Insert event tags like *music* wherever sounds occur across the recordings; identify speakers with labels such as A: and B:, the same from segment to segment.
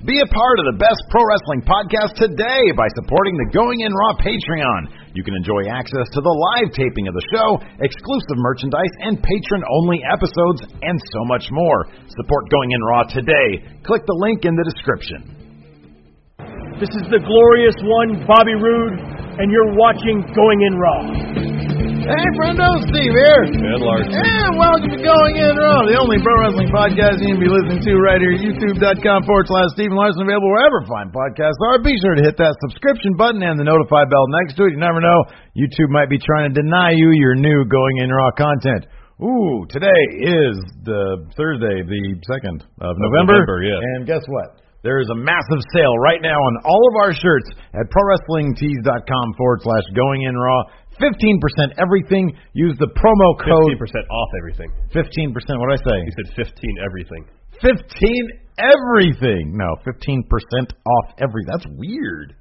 A: Be a part of the best pro wrestling podcast today by supporting the Going In Raw Patreon. You can enjoy access to the live taping of the show, exclusive merchandise, and patron only episodes, and so much more. Support Going In Raw today. Click the link in the description.
B: This is the glorious one, Bobby Roode, and you're watching Going In Raw.
A: Hey, friendo, Steve here.
C: Ben Larson.
A: And welcome to Going In Raw, the only pro wrestling podcast you can be listening to right here at youtube.com forward slash Stephen Larson, available wherever fine podcasts are. Be sure to hit that subscription button and the notify bell next to it. You never know, YouTube might be trying to deny you your new Going In Raw content. Ooh, today is the Thursday, the 2nd of November.
C: November, yes.
A: And guess what? There is a massive sale right now on all of our shirts at prowrestlingtees.com forward slash going in raw. 15% everything. Use the promo
C: Fifteen
A: code
C: percent off everything.
A: 15%. What did I say?
C: You said fifteen everything.
A: 15 everything. No, 15% off every. That's weird.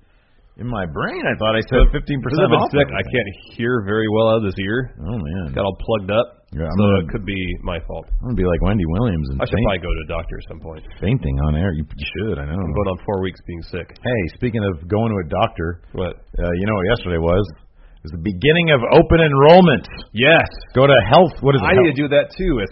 A: In my brain, I thought I said 15%
C: Because I've been
A: off.
C: sick. I
A: everything.
C: can't hear very well out of this ear.
A: Oh, man.
C: Got all plugged up.
A: Yeah, I'm
C: so
A: gonna-
C: it could be my fault.
A: I'm going to be like Wendy Williams and
C: I should
A: faint-
C: probably go to a doctor at some point.
A: fainting on air. You, you should. I know.
C: I'm going on four weeks being sick.
A: hey, speaking of going to a doctor,
C: What?
A: uh, you know what yesterday was? It was the beginning of open enrollment.
C: Yes.
A: Go to health. What is it?
C: I need to do that too. It's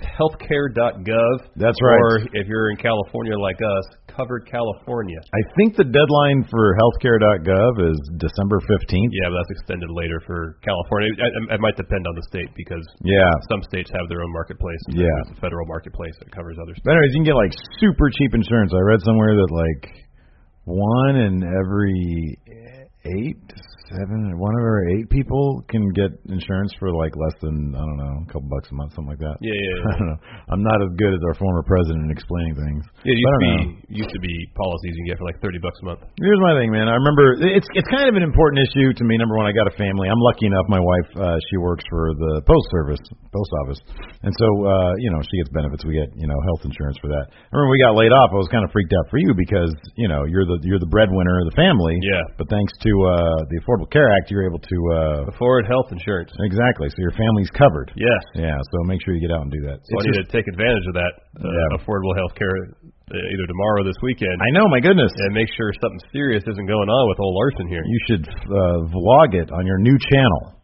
C: healthcare.gov.
A: That's right.
C: Or if you're in California like us, covered California.
A: I think the deadline for healthcare.gov is December 15th.
C: Yeah, but that's extended later for California. I, I, it might depend on the state because
A: Yeah.
C: some states have their own marketplace. and
A: Yeah.
C: there's a federal marketplace that covers other states.
A: But anyways, you can get like super cheap insurance. I read somewhere that like one in every eight, seven, one of our eight people can get insurance for like less than I don't know, a couple bucks a month, something like that.
C: Yeah, yeah,
A: *laughs*
C: yeah. *laughs*
A: I don't know. I'm not as good as our former president in explaining things.
C: Yeah, it
A: But I
C: used to
A: don't
C: be
A: know.
C: used to be policies you can get for like thirty bucks a month.
A: Here's my thing, man. I remember it's it's kind of an important issue to me. Number one, I got a family. I'm lucky enough. My wife, uh, she works for the post service, post office, and so uh, you know she gets benefits. We get you know health insurance for that. I remember we got laid off. I was kind of freaked out for you because you know you're the you're the breadwinner of the family.
C: Yeah.
A: But thanks to uh, the Affordable Care Act, you're able to uh,
C: Afford health insurance.
A: exactly. So your family's covered.
C: Yes.
A: Yeah. So make sure you get out and do that.
C: So I
A: It's
C: need
A: just-
C: to take advantage of that uh,
A: Yeah.
C: affordable health care uh, either tomorrow or this weekend
A: I know. My goodness.
C: and make sure something serious isn't going on with old Larson here.
A: you should uh, vlog it on your new channel.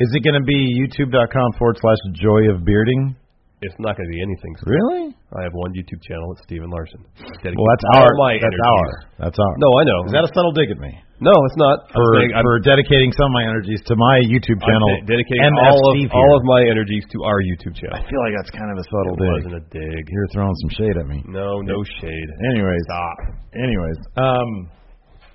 A: Is it going to be youtube.com forward slash joy of bearding?
C: It's not going to be anything. Steve.
A: Really?
C: I have one YouTube channel. It's Steven Larson. Dedicate
A: Well, that's
C: all
A: our.
C: my
A: that's
C: energies.
A: our. That's our.
C: No, I know.
A: Is that a subtle dig at me
C: no, it's not. I'm
A: for
C: saying I'm-
A: for dedicating some of my energies to my YouTube
C: I'm
A: channel?
C: de- dedicating
A: MS
C: all of
A: Steve
C: all
A: here.
C: of my energies to our YouTube channel.
A: I feel like that's kind of a subtle
C: It
A: dig.
C: wasn't a dig.
A: You're throwing some shade at me.
C: No, no shade.
A: Anyways,
C: Stop.
A: anyways, um, *laughs*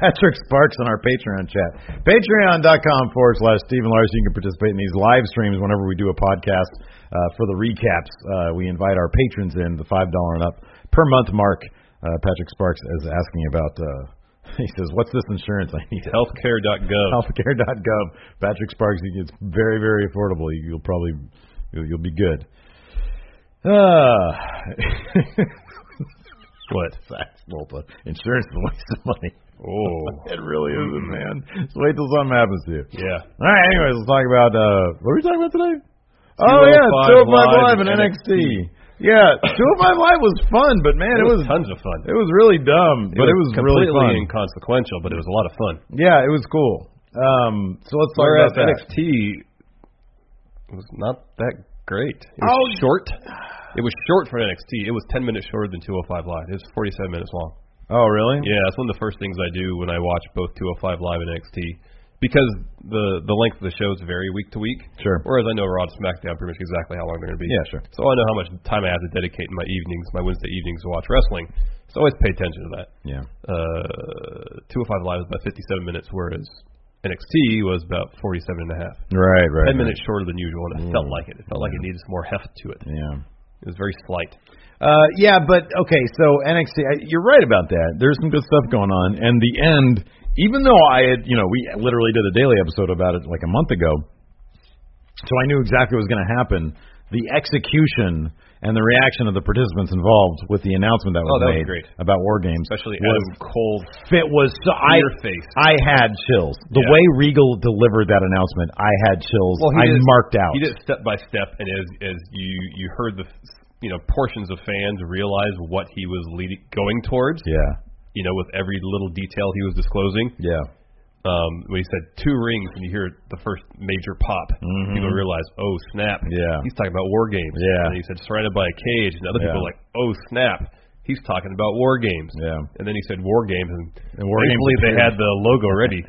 A: Patrick Sparks on our Patreon chat, patreon.com forward slash Stephen Larson. You can participate in these live streams whenever we do a podcast uh, for the recaps. Uh, we invite our patrons in the five dollar and up per month mark. Uh, Patrick Sparks is asking about. Uh, *laughs* he says, "What's this insurance I need?" *laughs*
C: Healthcare.gov.
A: Healthcare.gov. Patrick Sparks, it's very, very affordable. You- You'll probably, you'll, you'll be good. Uh, *laughs*
C: What?
A: That's well, the insurance *laughs* is a waste of money.
C: Oh.
A: *laughs* It really isn't, man. Just wait till something happens to you.
C: Yeah.
A: All right, anyways, let's talk about uh what are we talking about today? Oh
C: 205
A: yeah, two oh five live
C: Live
A: and
C: and
A: NXT. Yeah, two oh five live was fun, but man, it was
C: tons of fun.
A: it was really dumb, but it was really
C: completely
A: fun.
C: inconsequential, but it was a lot of fun.
A: Yeah, it was cool. Um, so let's talk
C: Whereas
A: about that.
C: NXT was not that great. It was
A: Oh.
C: short. It was short for NXT. It was 10 minutes shorter than 205 Live. It was 47 minutes long.
A: Oh really?
C: Yeah, that's one of the first things I do when I watch both 205 Live and NXT because the the length of the shows vary week to week.
A: Sure.
C: Whereas I know Raw and SmackDown pretty much exactly how long they're going to be.
A: Yeah, sure.
C: So I know how much time I have to dedicate in my evenings, my Wednesday evenings to watch wrestling. So I always pay attention to that.
A: Yeah.
C: Uh, 205 Live was about 57 minutes, whereas NXT was about 47 and a half.
A: Right, right.
C: 10
A: right.
C: minutes shorter than usual, and it felt
A: Mm.
C: like it. It felt like it needed some more heft to it.
A: Yeah.
C: It was very slight.
A: Uh, yeah, but okay, so NXT, I, you're right about that. There's some good stuff going on, and the end. Even though I had, you know, we literally did a daily episode about it like a month ago, so I knew exactly what was going to happen. The execution and the reaction of the participants involved with the announcement that was
C: Oh, that was
A: made
C: great.
A: about War Games,
C: Especially
A: was
C: Adam Cole's
A: it was so I
C: Fear-faced.
A: I had chills. The
C: Yeah.
A: way Regal delivered that announcement, I had chills.
C: Well, he
A: I
C: did it-
A: marked out.
C: He did it step by step, and as as you you heard the you know portions of fans realize what he was leading going towards.
A: Yeah.
C: You know, with every little detail he was disclosing.
A: Yeah.
C: Um, when he said two rings, and you hear the first major pop,
A: Mhm.
C: people realize, oh snap.
A: Yeah.
C: He's talking about war games.
A: Yeah.
C: And he said surrounded by a cage, and other people
A: Yeah.
C: are like, oh snap. He's talking about war games.
A: Yeah.
C: And then he said war games, and,
A: And war games
C: thankfully they
A: appeared.
C: had the logo ready.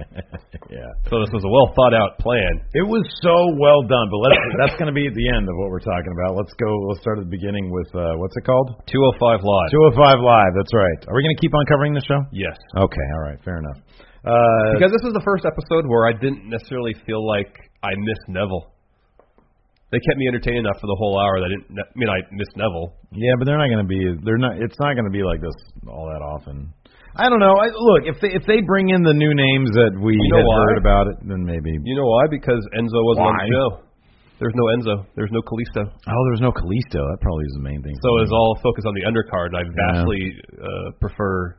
A: Yeah.
C: so this was a well thought out plan.
A: It was so well done, but let's, that's going to be at the end of what we're talking about. Let's go. Let's start at the beginning with uh, what's it called?
C: 205 live.
A: 205 Live. That's right. Are we going to keep on covering the show?
C: Yes.
A: Okay. All right. Fair enough. Uh,
C: Because this was the first episode where I didn't necessarily feel like I missed Neville. They kept me entertained enough for the whole hour that I didn't. I mean, I missed Neville.
A: Yeah, but they're not going to be. They're not. It's not going to be like this all that often. I don't know. I, look, if they if they bring in the new names that we
C: You know
A: had
C: why?
A: heard about it, then maybe.
C: You know why? Because Enzo wasn't on
A: Why?
C: the show. There's no Enzo. There's no Kalisto.
A: Oh, there's no Kalisto. That probably is the main thing.
C: So it's all focused on the undercard, and I vastly uh, prefer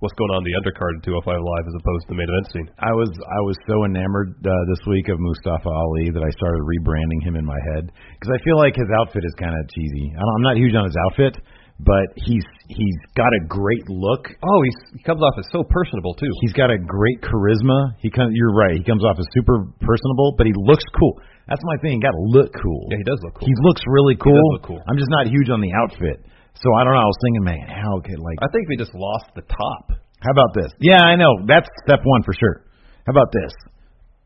C: what's going on in the undercard in 205 Live as opposed to the main event scene.
A: I was I was so enamored uh, this week of Mustafa Ali that I started rebranding him in my head because I feel like his outfit is kind of cheesy. I don't, I'm not huge on his outfit, but he's he's got a great look.
C: Oh, he's, he comes off as so personable too.
A: He's got a great charisma. He comes. You're right. He comes off as super personable, but he looks cool. That's my thing. He got to look cool.
C: Yeah, he does look cool.
A: He looks really cool.
C: look cool.
A: I'm just not huge on the outfit. So I don't know. I was thinking, man, how could like?
C: I think they just lost the top.
A: How about this? Yeah, I know. That's step one for sure. How about this?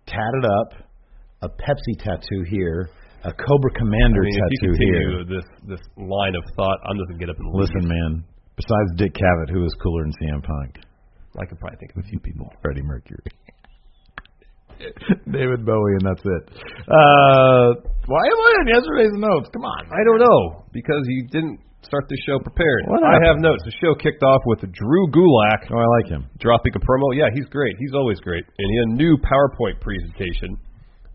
A: Tatted up, a Pepsi tattoo here, a Cobra Commander
C: I mean, if you
A: tattoo here.
C: continue this this line of thought, I'm just gonna get up and leave.
A: Listen, man. Besides Dick Cavett, who is cooler than CM Punk?
C: I could probably think of a few people.
A: Freddie Mercury. *laughs* David Bowie, and that's it. Uh, why am I on yesterday's notes? Come on.
C: I don't know because you didn't start the show prepared.
A: What
C: I have
A: happened?
C: notes. The show kicked off with Drew Gulak
A: Oh, I like him.
C: dropping a promo. Yeah, he's great. He's always great. And he had a new PowerPoint presentation.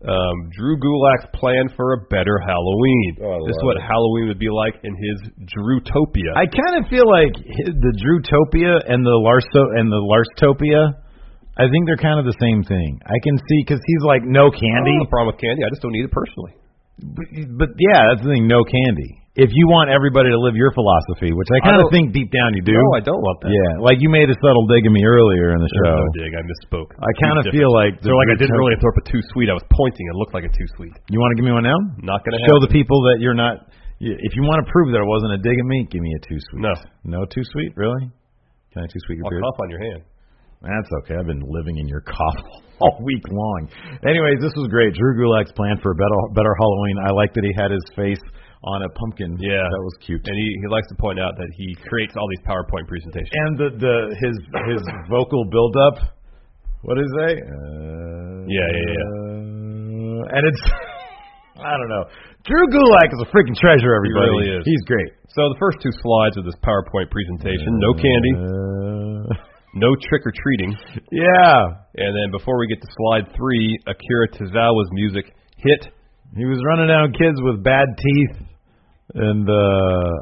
C: Um, Drew Gulak's plan for a better Halloween.
A: Oh, I
C: this is
A: love
C: what
A: it.
C: Halloween would be like in his Drewtopia.
A: I kind of feel like hi- the Drewtopia and the Larso and the Larstopia. I think they're kind of the same thing. I can see because he's like no
C: I don't
A: candy,
C: have a problem with candy. I just don't need it personally.
A: but, but yeah, that's the thing. No candy. If you want everybody to live your philosophy, which I kind of
C: don't-
A: think deep down you do.
C: Oh. No, I don't want that.
A: yeah, like you made a subtle dig at me earlier in the
C: There's
A: show.
C: no dig. I misspoke.
A: I kind of feel like the
C: They're like I didn't
A: Drewtopia-
C: really throw up a too sweet. I was pointing. It looked like a too sweet.
A: You want to give me one now?
C: Not gonna
A: Show
C: happen.
A: the people that you're not. y- If you want to prove that it wasn't a dig at me, give me a too sweet.
C: No.
A: no too sweet, really? Can I too sweet your
C: I'll
A: beard?
C: cough on your hand.
A: That's okay. I've been living in your cough *laughs* all week long. Anyways, this was great. Drew Gulak's plan for a better, better Halloween. I like that he had his face on a pumpkin.
C: Yeah.
A: that was cute.
C: And he, he likes to point out that he creates all these PowerPoint presentations.
A: And the the his his vocal buildup. What is that? Uh,
C: Yeah, yeah, yeah.
A: Uh, and it's *laughs* I don't know. Drew Gulak is a freaking treasure. Everybody,
C: really is.
A: He's great.
C: So the first two slides of this PowerPoint presentation, no candy,
A: Uh,
C: no trick or treating,
A: yeah,
C: and then before we get to slide three, Akira Tozawa's music hit.
A: he was running down kids with bad teeth. And uh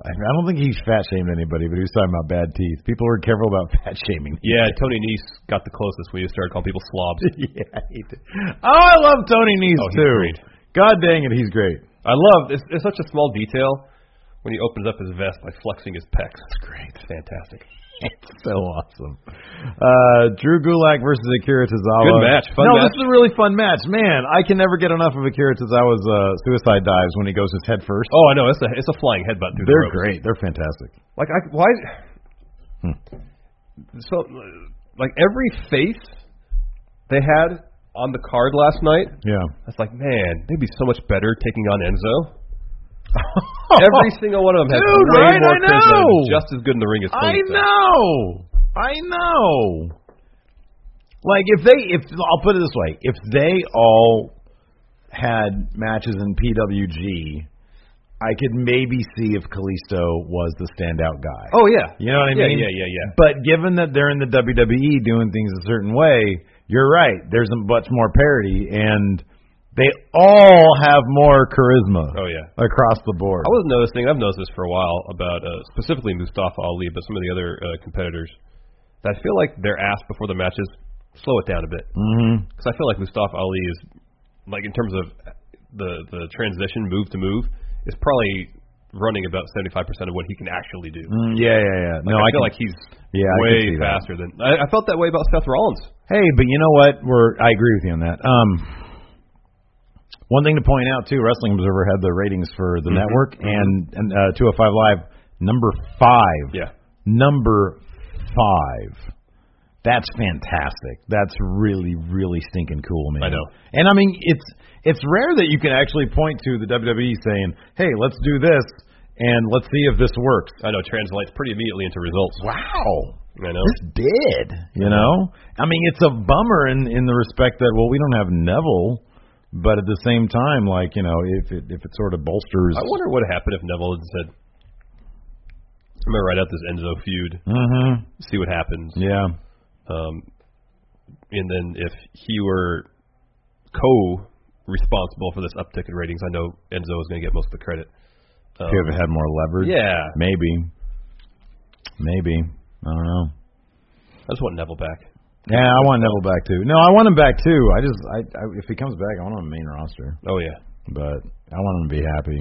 A: I I don't think he's fat shamed anybody, but he was talking about bad teeth. People were careful about *laughs* fat shaming.
C: Yeah, Tony Nese got the closest. We just started calling people slobs.
A: yeah, he did. Oh, I love Tony Nese
C: Oh, he's
A: too.
C: great.
A: God dang it, he's great. *laughs*
C: I love it's, it's such a small detail when he opens up his vest by flexing his pecs. It's great, it's fantastic.
A: It's so awesome. Uh, Drew Gulak versus Akira Tozawa.
C: Good match, fun
A: no,
C: match.
A: this is a really fun match. Man, I can never get enough of Akira Tozawa's uh, suicide dives when he goes his head first.
C: Oh, I know it's a it's a flying headbutt through
A: They're
C: the ropes.
A: great. Hmm. They're fantastic.
C: Like I why so uh, like every face they had on the card last night, *laughs*
A: Yeah.
C: I was like, man, they'd be so much better taking on Enzo.
A: *laughs*
C: Every single one of them has
A: Dude,
C: way
A: right?
C: more
A: I
C: charisma and
A: know.
C: is just as good in the ring as
A: I
C: Kane.
A: know. I know. Like if they if I'll put it this way, if they all had matches in PWG, I could maybe see if Kalisto was the standout guy.
C: Oh yeah,
A: You know what I
C: yeah,
A: mean?
C: Yeah, yeah, yeah.
A: But given that they're in the WWE doing things a certain way, you're right. There's a much more parity, and they all have more charisma
C: Oh yeah.
A: across the board.
C: I was noticing. I've noticed this for a while about uh, specifically Mustafa Ali, but some of the other uh, competitors. That I feel like they're asked before the matches, slow it down a bit,
A: mm-hmm.
C: because I feel like Mustafa Ali is like in terms of the the transition move to move is probably running about 75% of what he can actually do.
A: Mm, yeah, yeah, yeah.
C: Like,
A: no, I,
C: I, feel
A: can,
C: like he's
A: yeah, I can
C: way
A: see that.
C: faster than I, I felt that way about Seth Rollins.
A: Hey, but you know what? We're I agree with you on that. Um, one thing to point out too, Wrestling Observer had the ratings for the
C: Mhm.
A: network and, and uh, 205 Live number five.
C: Yeah.
A: number five. That's fantastic. That's really, really stinking cool, man.
C: I know.
A: And I mean, it's it's rare that you can actually point to the WWE saying, "Hey, let's do this and let's see if this works."
C: I know translates pretty immediately into results.
A: Wow,
C: I know.
A: this did. You know, I mean, it's a bummer in in the respect that well, we don't have Neville, but at the same time, like you know, if it if it sort of bolsters,
C: I wonder what happened if Neville had said, "I'm gonna write out this Enzo feud,
A: mm-hmm.
C: see what happens,"
A: yeah,
C: um, and then if he were co responsible for this uptick in ratings, I know Enzo is gonna get most of the credit. Um,
A: if you have had more leverage,
C: yeah,
A: Maybe. Maybe. I don't know.
C: I just want Neville back.
A: Yeah, I want Neville back too. No, I want him back too. I just, I, I if he comes back, I want him on the main roster,
C: Oh yeah.
A: but I want him to be happy.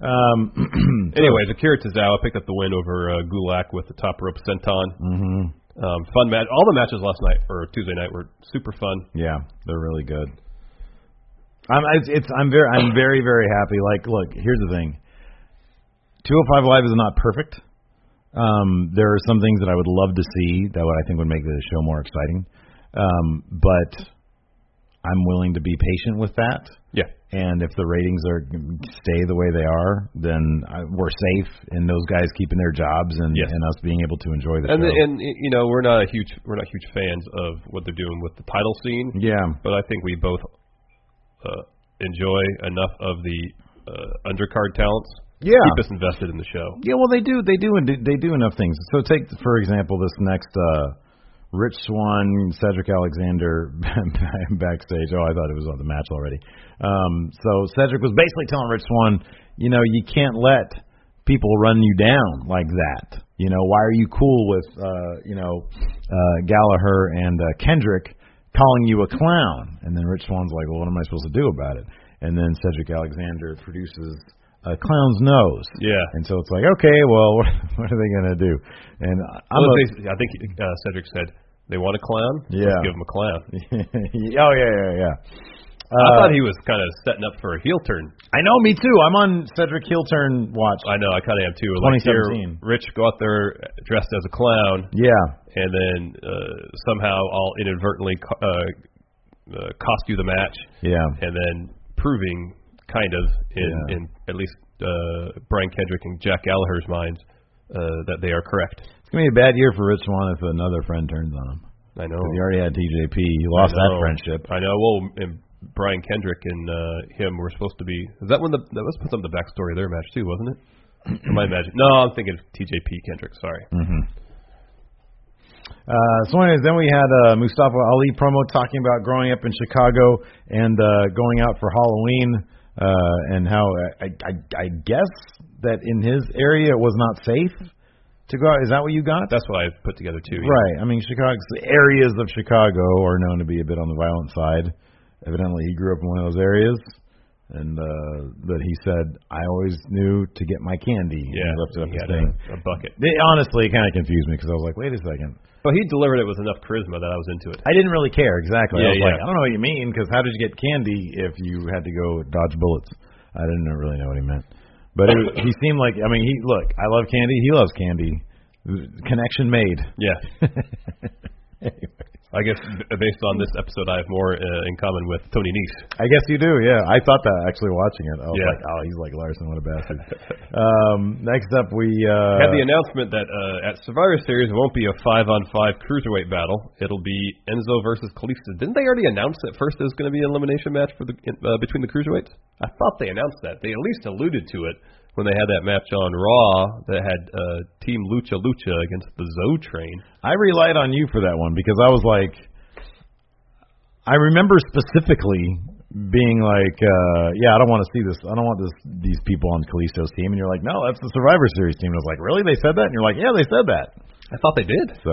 A: Um. *clears throat*
C: Anyways, Akira Tozawa picked up the win over uh, Gulak with the top rope senton.
A: hmm
C: Um, fun match. All the matches last night or Tuesday night were super fun.
A: Yeah, they're really good. I'm, it's, it's, I'm very, I'm very, very happy. Like, look, here's the thing. 205 Live is not perfect. Um, there are some things that I would love to see that would I think would make the show more exciting. Um, but I'm willing to be patient with that.
C: Yeah.
A: and if the ratings are stay the way they are, then I, we're safe, and those guys keeping their jobs, and
C: Yes.
A: and us being able to enjoy the
C: And
A: show.
C: and you know we're not a huge we're not huge fans of what they're doing with the title scene,
A: yeah,
C: but I think we both uh, enjoy enough of the uh, undercard talents
A: yeah,
C: to keep us invested in the show.
A: yeah. Well, they do, they do, and they do enough things. So take for example this next uh Rich Swan, Cedric Alexander *laughs* backstage. Oh, I thought it was on the match already. Um, so Cedric was basically telling Rich Swan, you know, you can't let people run you down like that. You know, why are you cool with, uh, you know, uh, Gallagher and uh, Kendrick calling you a clown? And then Rich Swan's like, well, what am I supposed to do about it? And then Cedric Alexander produces a clown's nose.
C: Yeah.
A: And so it's like, okay, well, *laughs* what, what are they gonna do? And I'm
C: Well,
A: a, *laughs*
C: they- I think uh, Cedric said they want a clown.
A: Yeah.
C: Let's give him a clown.
A: oh yeah, yeah, yeah.
C: I
A: Uh,
C: thought he was kind of setting up for a heel turn.
A: I know, me too. I'm on Cedric heel turn watch.
C: I know I kind of am too. Like here,
A: 2017.
C: Rich go out there dressed as a clown,
A: Yeah,
C: and then uh, somehow I'll inadvertently co- uh, uh, cost you the match.
A: yeah,
C: and then proving kind of in,
A: Yeah.
C: in at least uh, Brian Kendrick and Jack Gallagher's minds uh, that they are correct.
A: it's gonna be a bad year for Rich Swan if another friend turns on him.
C: I know.
A: 'Cause He already had TJP. He lost
C: I
A: that
C: know.
A: friendship.
C: I know. Well, and Brian Kendrick and uh, him were supposed to be. Is that when the that was some of the backstory of their match too, wasn't it? My imagine. No, I'm thinking of TJP Kendrick. Sorry.
A: Mm. Uh, so, anyways, then we had uh, Mustafa Ali promo talking about growing up in Chicago and uh, going out for Halloween uh, and how I, I, I guess that in his area it was not safe to go out. Is that what you got?
C: That's what I put together too.
A: Right. I mean, Chicago's areas of Chicago are known to be a bit on the violent side. Evidently, he grew up in one of those areas, and uh, that he said, "I always knew to get my candy." and he
C: Yeah.
A: lifted up
C: he
A: his
C: had
A: thing.
C: a, a bucket.
A: They honestly kind of confused me because I was like, "Wait a second,
C: But he delivered it with enough charisma that I was into it.
A: I didn't really care exactly." I
C: Yeah,
A: was like,
C: yeah.
A: "I don't know what you mean because how did you get candy if you had to go dodge bullets?" I didn't really know what he meant, but it, he seemed like I mean, he look, I love candy. He loves candy. Connection made. *laughs*
C: Yeah. I guess b- based on this episode, I have more uh, in common with Tony Nese.
A: I guess you do, yeah. I thought that actually watching it. I was
C: Yeah.
A: like, oh, he's like Larson, what a bastard. *laughs* um, next up, we uh,
C: had the announcement that uh, at Survivor Series it won't be a five on five cruiserweight battle. It'll be Enzo versus Kalisto. Didn't they already announce that first there's going to be an elimination match for the uh, between the cruiserweights? I thought they announced that. They at least alluded to it when they had that match on Raw that had uh, Team Lucha Lucha against the Zo Train.
A: I relied on you for that one because I was like, I remember specifically being like, uh, yeah, I don't want to see this. I don't want this these people on Kalisto's team. And you're like, no, that's the Survivor Series team. And I was like, really? They said that? And you're like, yeah, they said that.
C: I thought they did.
A: So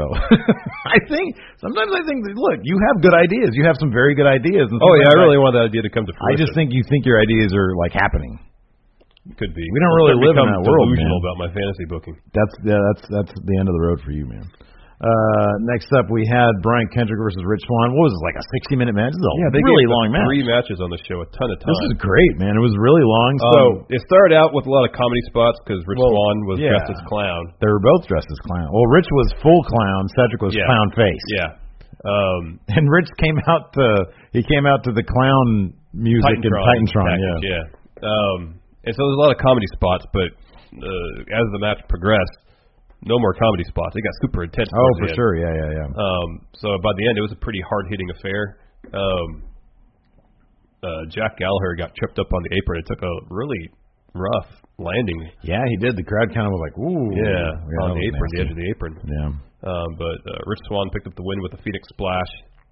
A: *laughs* I think sometimes I think, that, look, you have good ideas. You have some very good ideas. And
C: Oh yeah, I
A: sometimes
C: really wanted that idea to come to
A: I
C: fruition.
A: just think you think your ideas are like happening.
C: Could be.
A: We don't really
C: I've
A: live in
C: become
A: that world,
C: Delusional
A: man.
C: about my fantasy booking.
A: That's yeah, that's that's the end of the road for you, man. Uh, next up, we had Brian Kendrick versus Rich Swan. What was this, like a 60 minute match? This is a
C: Yeah, they
A: really
C: gave the
A: long match.
C: Three matches on the show, a ton of time.
A: This is great, man. It was really long. So
C: Um, it started out with a lot of comedy spots because Rich
A: Well,
C: Swan was
A: yeah.
C: dressed as clown.
A: they were both dressed as clown. Well, Rich was full clown. Cedric was
C: Yeah.
A: clown face.
C: Yeah. Um,
A: And Rich came out to he came out to the clown music in
C: Titantron.
A: Titantron.
C: package,
A: yeah.
C: yeah. Um, and so there's a lot of comedy spots, but uh, as the match progressed, no more comedy spots. It got super intense.
A: Oh,
C: towards
A: for
C: the end.
A: sure. Yeah, yeah, yeah.
C: Um, so by the end, it was a pretty hard hitting affair. Um, uh, Jack Gallagher got tripped up on the apron and took a really rough landing.
A: yeah, he did. The crowd kind of was like, ooh.
C: on
A: that
C: Oh, the
A: was
C: apron, the
A: nasty.
C: edge of the apron.
A: Yeah.
C: Um, but uh, Rich Swan picked up the win with a Phoenix splash,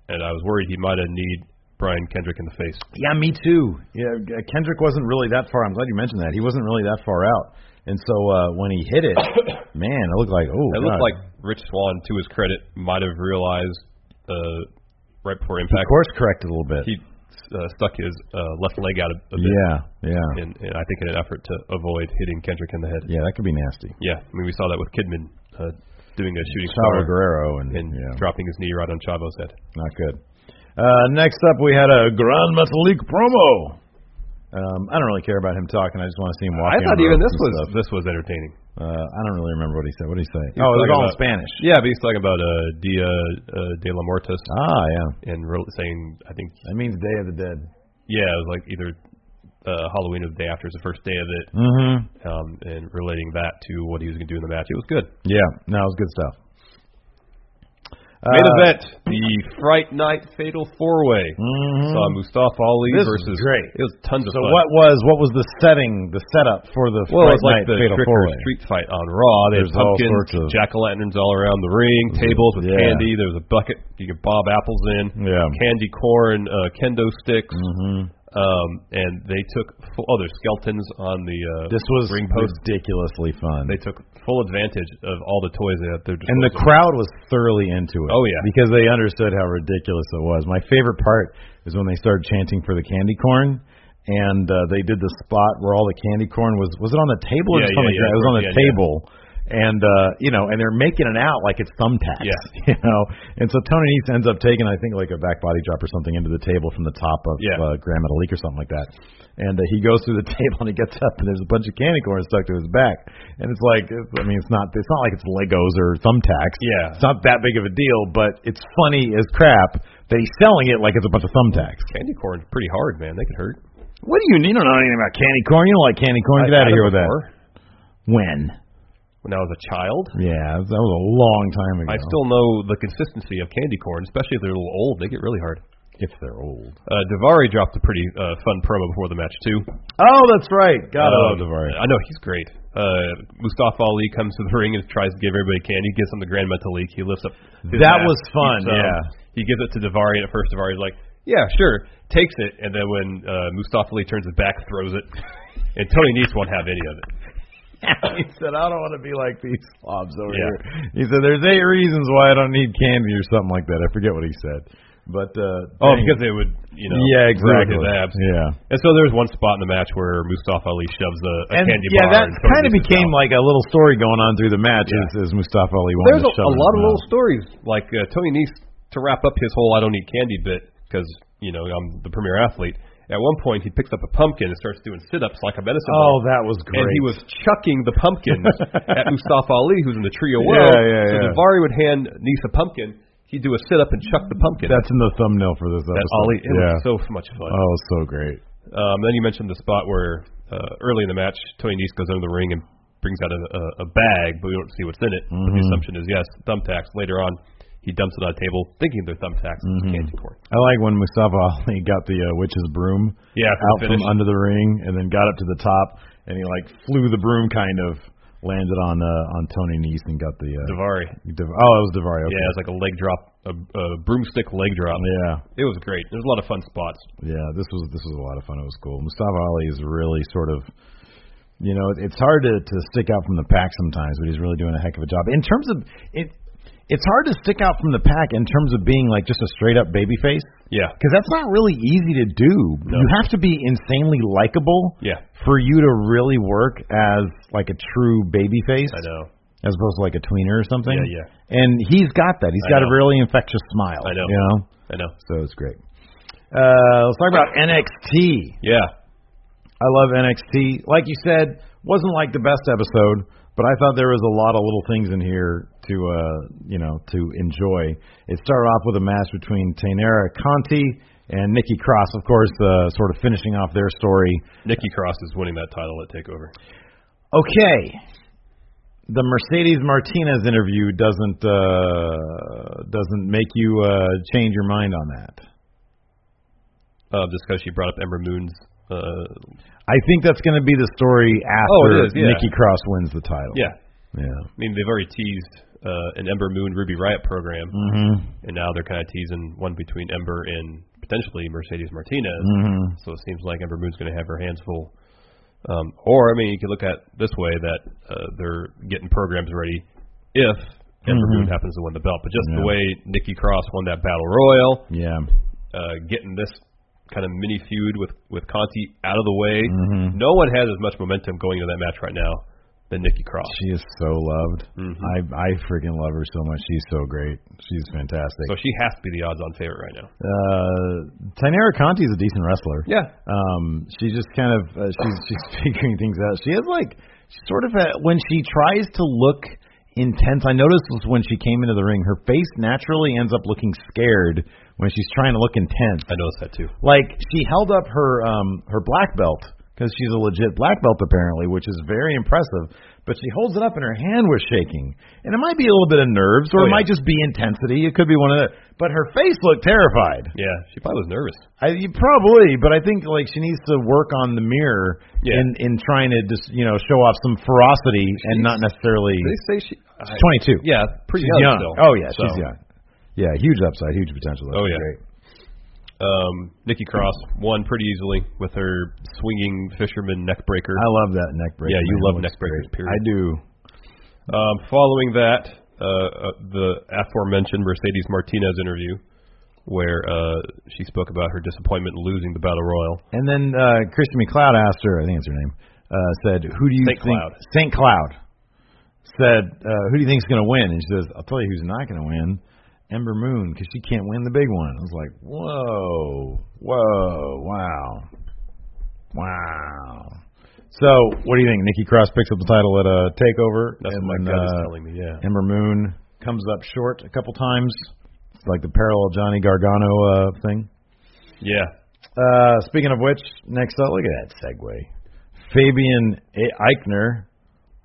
C: and I was worried he might have kneed Brian Kendrick in the face.
A: Yeah, me too. Yeah, uh, Kendrick wasn't really that far. I'm glad you mentioned that. He wasn't really that far out. And so uh when he hit it, man, it looked like oh,
C: It
A: God.
C: looked like Rich Swan, to his credit, might have realized uh, right before
A: he
C: impact
A: course corrected a little bit.
C: he uh, stuck his uh, left leg out a, a bit,
A: yeah, yeah,
C: in, in, I think in an effort to avoid hitting Kendrick in the head.
A: yeah. That could be nasty.
C: Yeah, I mean we saw that with Kidman uh, doing a shooting
A: Chavo
C: star
A: Guerrero and,
C: and
A: yeah,
C: dropping his knee right on Chavo's head.
A: not good. Uh Next up, we had a Grand Metalik promo. Um, I don't really care about him talking. I just want to see him walking.
C: I thought
A: on
C: even
A: ropes
C: this
A: and
C: was
A: stuff.
C: this was entertaining.
A: Uh, I don't really remember what he said. What did he say?
C: He
A: oh, it was
C: was talking
A: all in
C: about-
A: Spanish.
C: Yeah, but he's talking about uh, Dia uh, de la Mortis
A: Ah, yeah.
C: and wrote, saying I think
A: That means Day of the Dead.
C: yeah it was like either uh, Halloween or the day after is the first day of it,
A: Mm-hmm.
C: um, and relating that to what he was going to do in the match. It was good.
A: Yeah, no, it was good stuff.
C: Main
A: Uh,
C: event, the Fright Night Fatal Four Way.
A: mhm.
C: Saw Mustafa Ali
A: This was
C: versus
A: great.
C: It was tons of
A: So
C: fun.
A: what was what was the setting, the setup for the
C: Well,
A: Fright
C: it was like
A: Night
C: the
A: fatal
C: trick
A: four
C: or street fight on Raw. They
A: There's
C: had
A: all
C: pumpkins,
A: sorts of-
C: jack o' lanterns all around the ring, tables with
A: Yeah.
C: candy. There was a bucket you could bob apples in,
A: Yeah.
C: candy corn, uh, kendo sticks,
A: Mm-hmm.
C: um, and they took full, oh, there's skeletons on the uh,
A: This was
C: ring post.
A: ridiculously fun,
C: They took full advantage of all the toys they had at their
A: and the
C: disposal.
A: crowd was thoroughly into it.
C: Oh, yeah.
A: because they understood how ridiculous it was. My favorite part is when they started chanting for the candy corn. And uh, they did the spot where all the candy corn was was it on the table or
C: Yeah, yeah,
A: something? like
C: yeah,
A: that? it was on the
C: yeah, yeah.
A: table, and uh, you know, and they're making it out like it's thumbtacks.
C: Yeah.
A: *laughs* you know. And so Tony Nese ends up taking, I think, like a back body drop or something into the table from the top of
C: Yeah.
A: uh, Grand Metalik or something like that. And uh, he goes through the *laughs* table and he gets up and there's a bunch of candy corn stuck to his back. And it's like, it's- I mean, it's not, it's not like it's Legos or thumbtacks.
C: Yeah.
A: It's not that big of a deal, but it's funny as crap that he's selling it like it's a bunch of thumbtacks.
C: candy corn's pretty hard, man. They could hurt.
A: What do you need? You don't know anything about candy corn. You don't like candy corn. Get
C: I
A: out of
C: had it
A: here with that.
C: before
A: When?
C: When I was a child,
A: Yeah, that was a long time ago.
C: I still know the consistency of candy corn, especially if they're a little old. They get really hard.
A: if they're old.
C: Uh, Davari dropped a pretty uh, fun promo before the match too.
A: Oh, that's right. God, I love
C: Um,
A: Davari.
C: I know he's great. Uh, Mustafa Ali comes to the ring and tries to give everybody candy. Gets on the Grand Mental League. He lifts up. his
A: That
C: mask,
A: was fun,
C: keeps, um,
A: yeah.
C: he gives it to Davari, and at first Davari's like, "Yeah, sure," takes it, and then when uh, Mustafa Ali turns his back, throws it. And Tony Nese won't have any of it.
A: *laughs* he said, I don't want to be like these slobs over
C: Yeah.
A: here. He said, there's eight reasons why I don't need candy or something like that. I forget what he said. But, uh,
C: Oh,
A: dang.
C: *laughs* because they would, you know,
A: yeah, exactly.
C: ruin his abs.
A: Yeah.
C: And so there's one spot in the match where Mustafa Ali shoves a, a
A: And
C: candy
A: yeah,
C: bar.
A: that
C: and Tony
A: kind of
C: Nese's
A: became
C: mouth.
A: like a little story going on through the match
C: Yeah.
A: as, as Mustafa Ali wanted
C: There's
A: to
C: a,
A: shove it
C: a lot of
A: around.
C: little stories like uh, Tony Nese to wrap up his whole "I don't need candy" bit because you know I'm the premier athlete. At one point, he picks up a pumpkin and starts doing sit-ups like a medicine
A: Oh,
C: ball.
A: that was great.
C: And he was chucking the
A: *laughs*
C: pumpkins at Mustafa Ali, who's in the trio
A: Yeah,
C: world.
A: yeah,
C: so
A: yeah.
C: Davari would hand Nese a pumpkin. He'd do a sit-up and chuck the pumpkin.
A: That's in the thumbnail for this
C: at
A: episode.
C: Ali. It
A: yeah.
C: was so much fun.
A: oh, it was so great.
C: Um, then you mentioned the spot where uh, early in the match, Tony Nese goes under the ring and brings out a, a, a bag, but we don't see what's in it. But the assumption is yes, thumbtacks. Later on, he dumps it on a table, thinking they're thumbtacks, it's candy corn.
A: I like when Mustafa Ali *laughs* got the uh, witch's broom
C: Yeah, for the
A: out from
C: finish.
A: under the ring and then got up to the top and he like flew the broom kind of landed on uh, on Tony Nese and got the uh,
C: Davari.
A: Div- oh it was Davari. Okay.
C: Yeah, it's like a leg drop, a, a broomstick leg drop.
A: yeah,
C: It was great. There's a lot of fun spots.
A: yeah. This was this was a lot of fun. It was cool. Mustafa Ali is really sort of, you know, it's hard to to stick out from the pack sometimes, but he's really doing a heck of a job in terms of it. it's hard to stick out from the pack in terms of being like just a straight up babyface
C: Yeah.
A: because that's not really easy to do. You have to be insanely likable
C: Yeah.
A: for you to really work as like a true babyface
C: I know.
A: as opposed to like a tweener or something.
C: Yeah, yeah.
A: And he's got that. He's
C: I
A: got a
C: know.
A: really infectious smile.
C: I know.
A: You know,
C: I know.
A: so it's great. Uh, let's talk about NXT.
C: Yeah.
A: I love NXT. Like you said, wasn't like the best episode, but I thought there was a lot of little things in here to uh, you know, to enjoy. It started off with a match between Tainera Conti and Nikki Cross, of course, uh, sort of finishing off their story.
C: Nikki Cross is winning that title at Takeover.
A: Okay. The Mercedes Martinez interview doesn't uh, doesn't make you uh, change your mind on that.
C: Uh, just because she brought up Ember Moon's. Uh,
A: I think that's going to be the story
C: Oh,
A: after
C: it is, yeah.
A: Nikki Cross wins the title.
C: yeah.
A: yeah.
C: I mean, they've already teased uh, an Ember Moon Ruby Riot program,
A: Mm-hmm.
C: and now they're kind of teasing one between Ember and potentially Mercedes Martinez.
A: Mm-hmm.
C: So it seems like Ember Moon's going to have her hands full. Um, or I mean, you could look at it this way that uh, they're getting programs ready if Ember Moon happens to win the belt. But just the
A: Mm-hmm. Yeah.
C: way Nikki Cross won that Battle Royal,
A: Yeah.
C: uh, getting this kind of mini feud with with Conti out of the way,
A: Mhm.
C: no one has as much momentum going into that match right now than Nikki Cross.
A: She is so loved.
C: Mhm.
A: I I freaking love her so much. She's so great. She's fantastic.
C: So she has to be the odds-on favorite right now.
A: Uh Tainara Conti is a decent wrestler.
C: Yeah,
A: Um she just kind of uh, she's she's *laughs* figuring things out. She has like she sort of a, when she tries to look intense. I noticed was when she came into the ring, her face naturally ends up looking scared when she's trying to look intense.
C: I noticed that too.
A: Like she held up her um her black belt because she's a legit black belt apparently, which is very impressive. But she holds it up and her hand was shaking, and it might be a little bit of nerves, or
C: Oh,
A: it
C: yeah.
A: might just be intensity. It could be one of the. But her face looked terrified.
C: Yeah, she probably was nervous.
A: I you probably, but I think like she needs to work on the mirror
C: Yeah.
A: in in trying to just you know show off some ferocity and not necessarily.
C: Did they say she? I-
A: She's 22.
C: Yeah, pretty
A: She's young.
C: young. Still.
A: Oh yeah,
C: So,
A: she's young. Yeah, huge upside, huge potential. That's
C: Oh, yeah.
A: great.
C: Um, Nikki Cross won pretty easily with her swinging fisherman neck breaker.
A: I love that neck breaker.
C: Yeah, you
A: man.
C: love
A: It looks
C: neck breakers,
A: great.
C: period.
A: I do.
C: Um, following that, uh, uh, the aforementioned Mercedes Martinez interview, where uh, she spoke about her disappointment in losing the Battle Royal.
A: And then uh Christy McLeod asked her, I think it's her name, uh, said, "Who do you
C: Saint
A: think?"
C: Cloud.
A: Saint Cloud said, uh, "Who do you think's going to win?" And she says, "I'll tell you who's not going to win." Ember Moon, because she can't win the big one. I was like, whoa, whoa, wow, wow. So, what do you think? Nikki Cross picks up the title at a takeover,
C: That's
A: and
C: what
A: then,
C: my gut is
A: uh,
C: telling me. Yeah.
A: Ember Moon comes up short a couple times. It's like the parallel Johnny Gargano uh, thing.
C: Yeah.
A: Uh, speaking of which, next up, look at that segue. Fabian E- Eichner,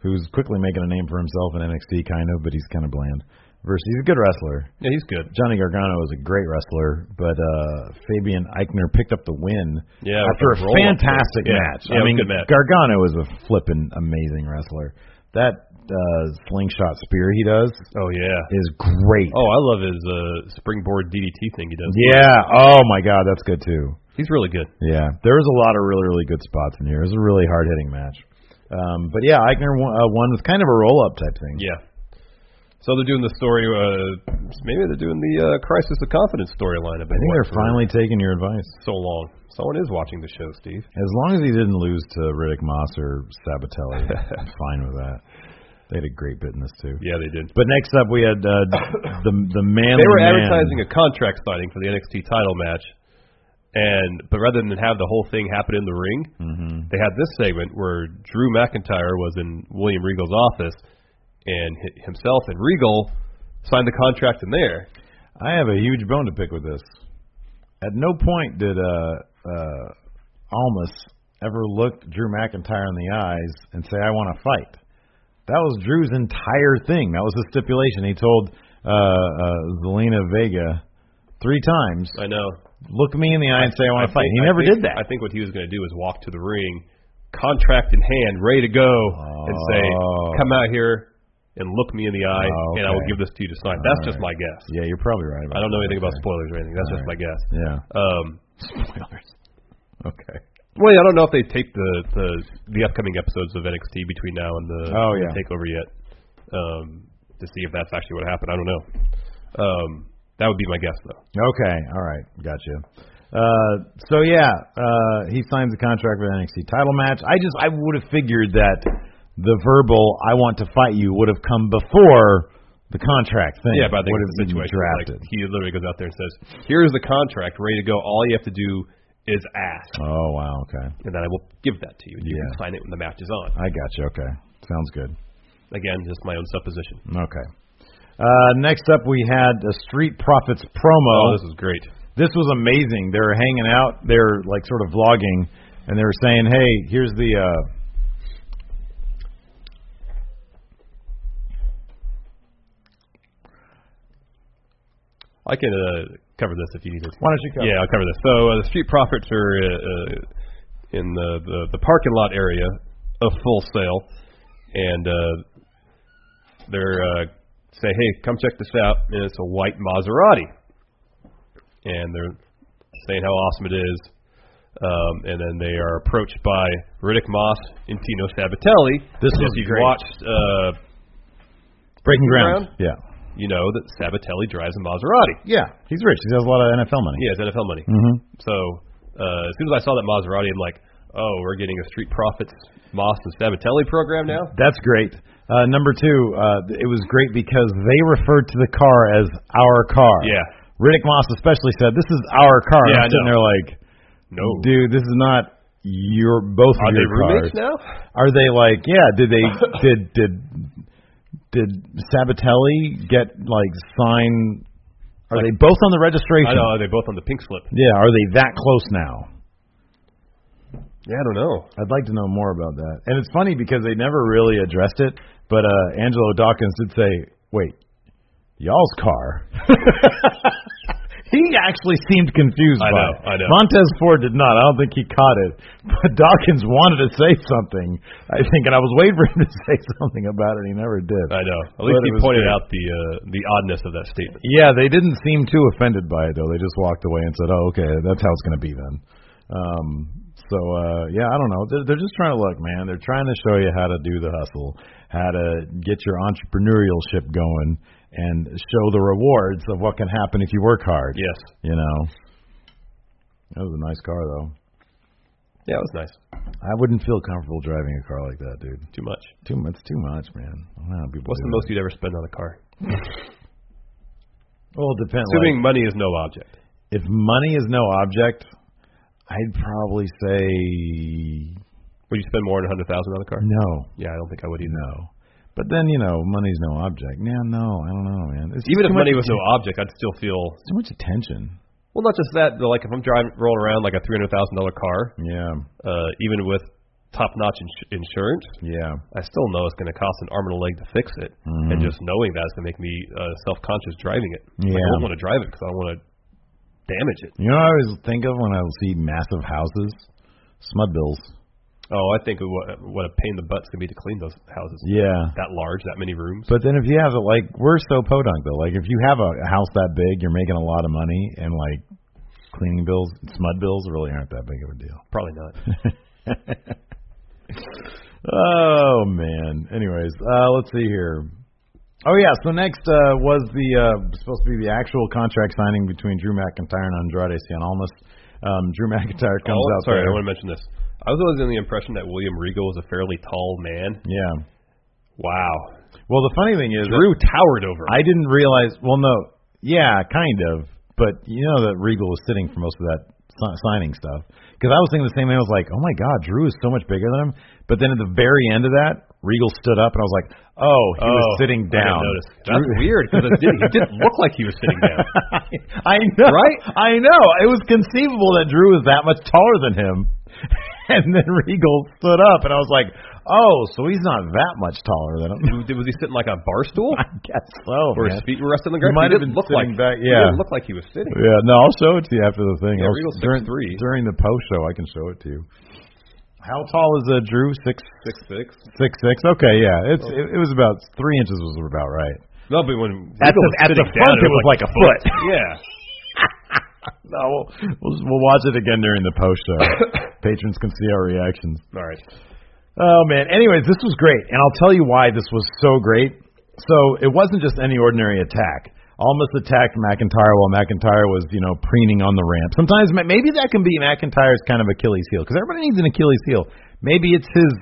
A: who's quickly making a name for himself in NXT, kind of, but he's kind of bland. Versus, he's a good wrestler.
C: Yeah, he's good.
A: Johnny Gargano is a great wrestler, but uh, Fabian Eichner picked up the win
C: Yeah, with
A: after
C: that
A: a
C: roll-up
A: fantastic
C: there. Yeah.
A: match.
C: Yeah, it
A: I
C: was
A: mean,
C: a good match.
A: Gargano is a flippin' amazing wrestler. That uh, slingshot spear he does
C: Oh yeah.
A: is great.
C: Oh, I love his uh, springboard DDT thing he does.
A: yeah. Oh my God, that's good too.
C: He's really good.
A: Yeah, there was a lot of really, really good spots in here. It was a really hard hitting match. Um, but yeah, Eichner won, uh, won with kind of a roll up type thing.
C: Yeah. So they're doing the story. Uh, maybe they're doing the uh, crisis of confidence storyline. I've
A: I
C: been
A: think they're
C: watching
A: finally taking your advice.
C: for so long. Someone is watching the show, Steve.
A: As long as he didn't lose to Riddick Moss or
C: *laughs*
A: Sabatelli, I'm fine with that. They had a great bit in this too.
C: Yeah, they did. Oh,
A: But next up, we had uh, the the man.
C: They were
A: man.
C: advertising a contract signing for the NXT title match, and but rather than have the whole thing happen in the ring, they had this segment where Drew McIntyre was in William Regal's office, and hi- himself and Regal signed the contract in there.
A: I have a huge bone to pick with this. At no point did uh uh Almas ever look Drew McIntyre in the eyes and say, I want to fight. That was Drew's entire thing. That was the stipulation. He told uh, uh Zelina Vega three times,
C: I know.
A: look me in the eye and say I want to fight. He
C: think- I
A: never
C: think-
A: did that.
C: I think what he was going to do is walk to the ring, contract in hand, ready to go, and say,
A: Oh.
C: "Come out here and look me in the eye,
A: Oh,
C: and I will
A: okay.
C: give this to you to sign." That's just my
A: Alright.
C: guess.
A: Yeah, you're probably right about
C: I don't know
A: that.
C: anything about
A: Okay.
C: spoilers or anything. That's just my
A: Alright.
C: guess.
A: Yeah.
C: Um,
A: Spoilers. Okay.
C: Well, yeah, I don't know if they taped the the the upcoming episodes of NXT between now and the,
A: Oh,
C: the
A: yeah.
C: takeover yet. Um, to see if that's actually what happened. I don't know. Um, that would be my guess, though.
A: Okay, all right, gotcha. Uh, so yeah, uh, he signs the contract for the NXT title match. I just I would have figured that the verbal "I want to fight you" would have come before the contract thing.
C: Yeah, but I think
A: would
C: it's
A: have
C: the
A: been
C: situation.
A: drafted.
C: Like, he literally goes out there and says, "Here's the contract, ready to go. All you have to do is ask,
A: oh wow, okay,
C: and then I will give that to you. And You
A: Yeah.
C: can sign it when the match is on."
A: I gotcha. Okay, sounds good.
C: Again, just my own supposition.
A: Okay. Uh, next up, we had a Street Profits promo.
C: Oh, this is great.
A: this was amazing. They were hanging out. They were like sort of vlogging, and they were saying, "Hey, here's the." uh
C: I can uh, cover this if you need it.
A: Why don't you cover
C: Yeah, I'll cover this. So uh, the street profits are uh, uh, in the, the the parking lot area of Full Sail, and uh, they're uh, say, "Hey, come check this out!" And it's a white Maserati, and they're saying how awesome it is. Um, and then they are approached by Riddick Moss and Tino Sabatelli.
A: This
C: And
A: was
C: if you've
A: great.
C: watched uh,
A: Breaking ground.
C: Ground?
A: Yeah.
C: you know that Sabatelli drives a Maserati.
A: Yeah. He's rich. He has a lot of NFL money.
C: Yeah, it's NFL money.
A: Mm-hmm.
C: So uh, as soon as I saw that Maserati, I'm like, oh, we're getting a Street Profits Moss and Sabatelli program now.
A: That's great. Uh, number two, uh, it was great because they referred to the car as our car.
C: Yeah.
A: Riddick Moss especially said, "This is our car."
C: Yeah,
A: And I'm
C: I
A: sitting
C: know.
A: there like,
C: No,
A: dude, this is not your both
C: are
A: of
C: they
A: your cars.
C: roommates now?
A: *laughs* Are they like, yeah? Did
C: *laughs*
A: they did did did Sabatelli get like sign? Are they both on the
C: I
A: registration?
C: know. Are they both on the pink slip?
A: Yeah, are they that close now?
C: Yeah, I don't know.
A: I'd like to know more about that. And it's funny because they never really addressed it, but uh Angelo Dawkins did say, "Wait, y'all's car." *laughs* he actually seemed confused
C: I
A: by
C: know,
A: it.
C: I know.
A: Montez Ford did not. I don't think he caught it. But Dawkins wanted to say something, I think, and I was waiting for him to *laughs* say something about it. and He never did.
C: I know. At
A: But
C: least
A: it
C: he
A: was
C: pointed
A: great.
C: out the uh, the oddness of that statement.
A: Yeah, they didn't seem too offended by it though. They just walked away and said, "Oh, okay, that's how it's going to be then." Um, so uh, yeah, I don't know. They're, they're just trying to look, man. They're trying to show you how to do the hustle, how to get your entrepreneurial ship going, and show the rewards of what can happen if you work hard.
C: Yes.
A: You know, that was a nice car though.
C: Yeah, it was nice.
A: I wouldn't feel comfortable driving a car like that, dude.
C: Too much.
A: Too much, too much, man. I don't know how people
C: What's
A: do
C: the
A: that.
C: most you'd ever spend on a car?
A: Well, it depends. like-
C: Assuming money is no object.
A: If money is no object, I'd probably say
C: Would you spend more than a hundred thousand on a car?
A: no,
C: Yeah, I don't think I would either.
A: no. But then you know, money's no object. Yeah, no, I don't know, man. It's
C: Even
A: too
C: if
A: much
C: money was no
A: atten-
C: object, I'd still feel
A: too much attention.
C: well. Not just that, but like if I'm driving, rolling around like a three hundred thousand dollar car,
A: Yeah,
C: uh, even with top notch ins- insurance,
A: yeah,
C: I still know it's going to cost an arm and a leg to fix it, and just knowing that is going to make me uh, self conscious driving it. Like, I
A: Yeah.
C: don't want to drive it because I don't want to damage it.
A: You know, what I always think of when I see massive houses, smud bills.
C: Oh, I think what, what a pain in the butt's going to be to clean those houses.
A: Yeah.
C: That large, that many rooms.
A: But then if you have it, like we're so podunk though. Like if you have a house that big, you're making a lot of money, and like cleaning bills, smud bills really aren't that big of a deal.
C: Probably *laughs* not.
A: *laughs* Oh man. Anyways, uh, let's see here. Oh yeah. So next uh, was the uh, supposed to be the actual contract signing between Drew McIntyre and Andrade Cien Almas. Um, Drew McIntyre comes
C: oh,
A: out
C: sorry, I
A: there.
C: want to mention this. I was always in the impression that William Regal was a fairly tall man.
A: yeah.
C: Wow.
A: Well, the funny thing is,
C: Drew towered over him.
A: I didn't realize. Well, no. Yeah, kind of. But you know that Regal was sitting for most of that si- signing stuff because I was thinking the same thing. I was like, oh my god, Drew is so much bigger than him. But then at the very end of that, Regal stood up, and I was like, oh, he was
C: Oh,
A: sitting
C: I didn't
A: down.
C: notice.
A: Drew-
C: That's weird because it didn't, it didn't look like he was sitting *laughs* down.
A: *laughs* I know,
C: Right?
A: I know. It was conceivable that Drew was that much taller than him, *laughs* and then Regal stood up, and I was like, "Oh, so he's not that much taller than him." *laughs*
C: Was he sitting like on a bar stool?
A: I guess so.
C: Where
A: man.
C: his feet were resting on the
A: He
C: ground.
A: might have
C: didn't
A: been
C: look
A: sitting
C: like
A: back,
C: he
A: yeah.
C: didn't look like he was sitting.
A: Yeah, no, I'll show it to you after the thing.
C: Yeah,
A: I'll-
C: Regal's
A: during,
C: 6'3".
A: during the post show, I can show it to you. How tall is uh, Drew? Six
C: Six six.
A: six six. Okay, yeah, it's it, it was about three inches was about right.
C: No, but when
A: At the-
C: Regal was
A: at the
C: sitting
A: front,
C: down,
A: it was like a foot.
C: *laughs* yeah.
A: No, we'll, we'll we'll watch it again during the post show. *coughs* Patrons can see our reactions.
C: All right.
A: Oh man. Anyways, this was great, and I'll tell you why this was so great. So it wasn't just any ordinary attack. Almost attacked McIntyre while McIntyre was, you know, preening on the ramp. Sometimes ma- maybe that can be McIntyre's kind of Achilles heel because everybody needs an Achilles heel. Maybe it's his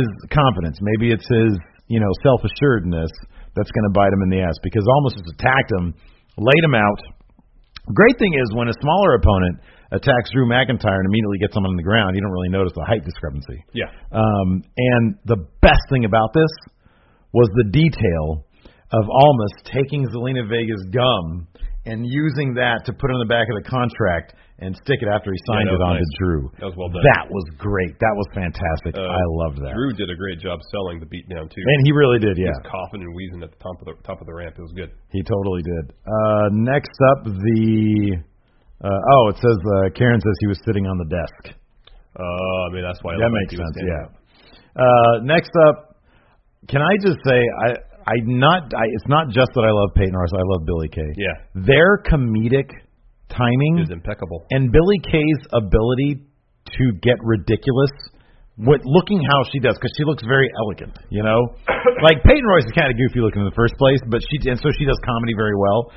A: his confidence. Maybe it's his you know self assuredness that's going to bite him in the ass because almost just attacked him, laid him out. Great thing is when a smaller opponent attacks Drew McIntyre and immediately gets someone on the ground, you don't really notice the height discrepancy.
C: Yeah.
A: Um, and the best thing about this was the detail of Almas taking Zelina Vega's gum and using that to put on the back of the contract and stick it after he signed
C: that
A: it
C: was
A: on to
C: nice.
A: Drew.
C: That was well done.
A: That was great. That was fantastic.
C: Uh,
A: I loved that.
C: Drew did a great job selling the beatdown too.
A: and he really did,
C: He
A: yeah.
C: was coughing and wheezing at the top of the top of the ramp. It was good.
A: He totally did. Uh, next up, the. Uh, oh, it says uh, Karen says he was sitting on the desk.
C: Uh, I mean that's why I
A: That
C: like
A: makes
C: he was
A: sense.
C: standing up.
A: Yeah. Uh, next up, can I just say I I not I, it's not just that I love Peyton Royce. I love Billy Kay.
C: Yeah.
A: Their comedic timing
C: He was impeccable.
A: and Billy Kay's ability to get ridiculous with looking how she does because she looks very elegant, you
C: *coughs*
A: know. like Peyton Royce is kind of goofy looking in the first place, but she and so she does comedy very well. *laughs*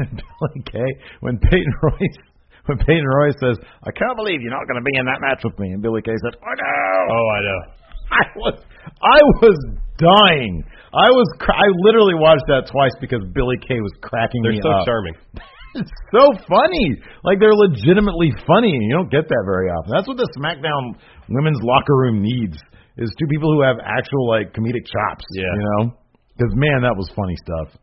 A: But Billy Kay, when Peyton *laughs* Royce. When Peyton Royce says, "I can't believe you're not going to be in that match with me," and Billy Kay says, "I know."
C: Oh, I know.
A: I was I was dying. I was cr- I literally watched that twice because Billy Kay was cracking
C: They're
A: me uh,
C: so
A: up.
C: charming.
A: It's so funny. Like they're legitimately funny, and you don't get that very often. That's what the SmackDown women's locker room needs is two people who have actual like comedic chops.
C: Yeah.
A: you know, because man, that was funny stuff.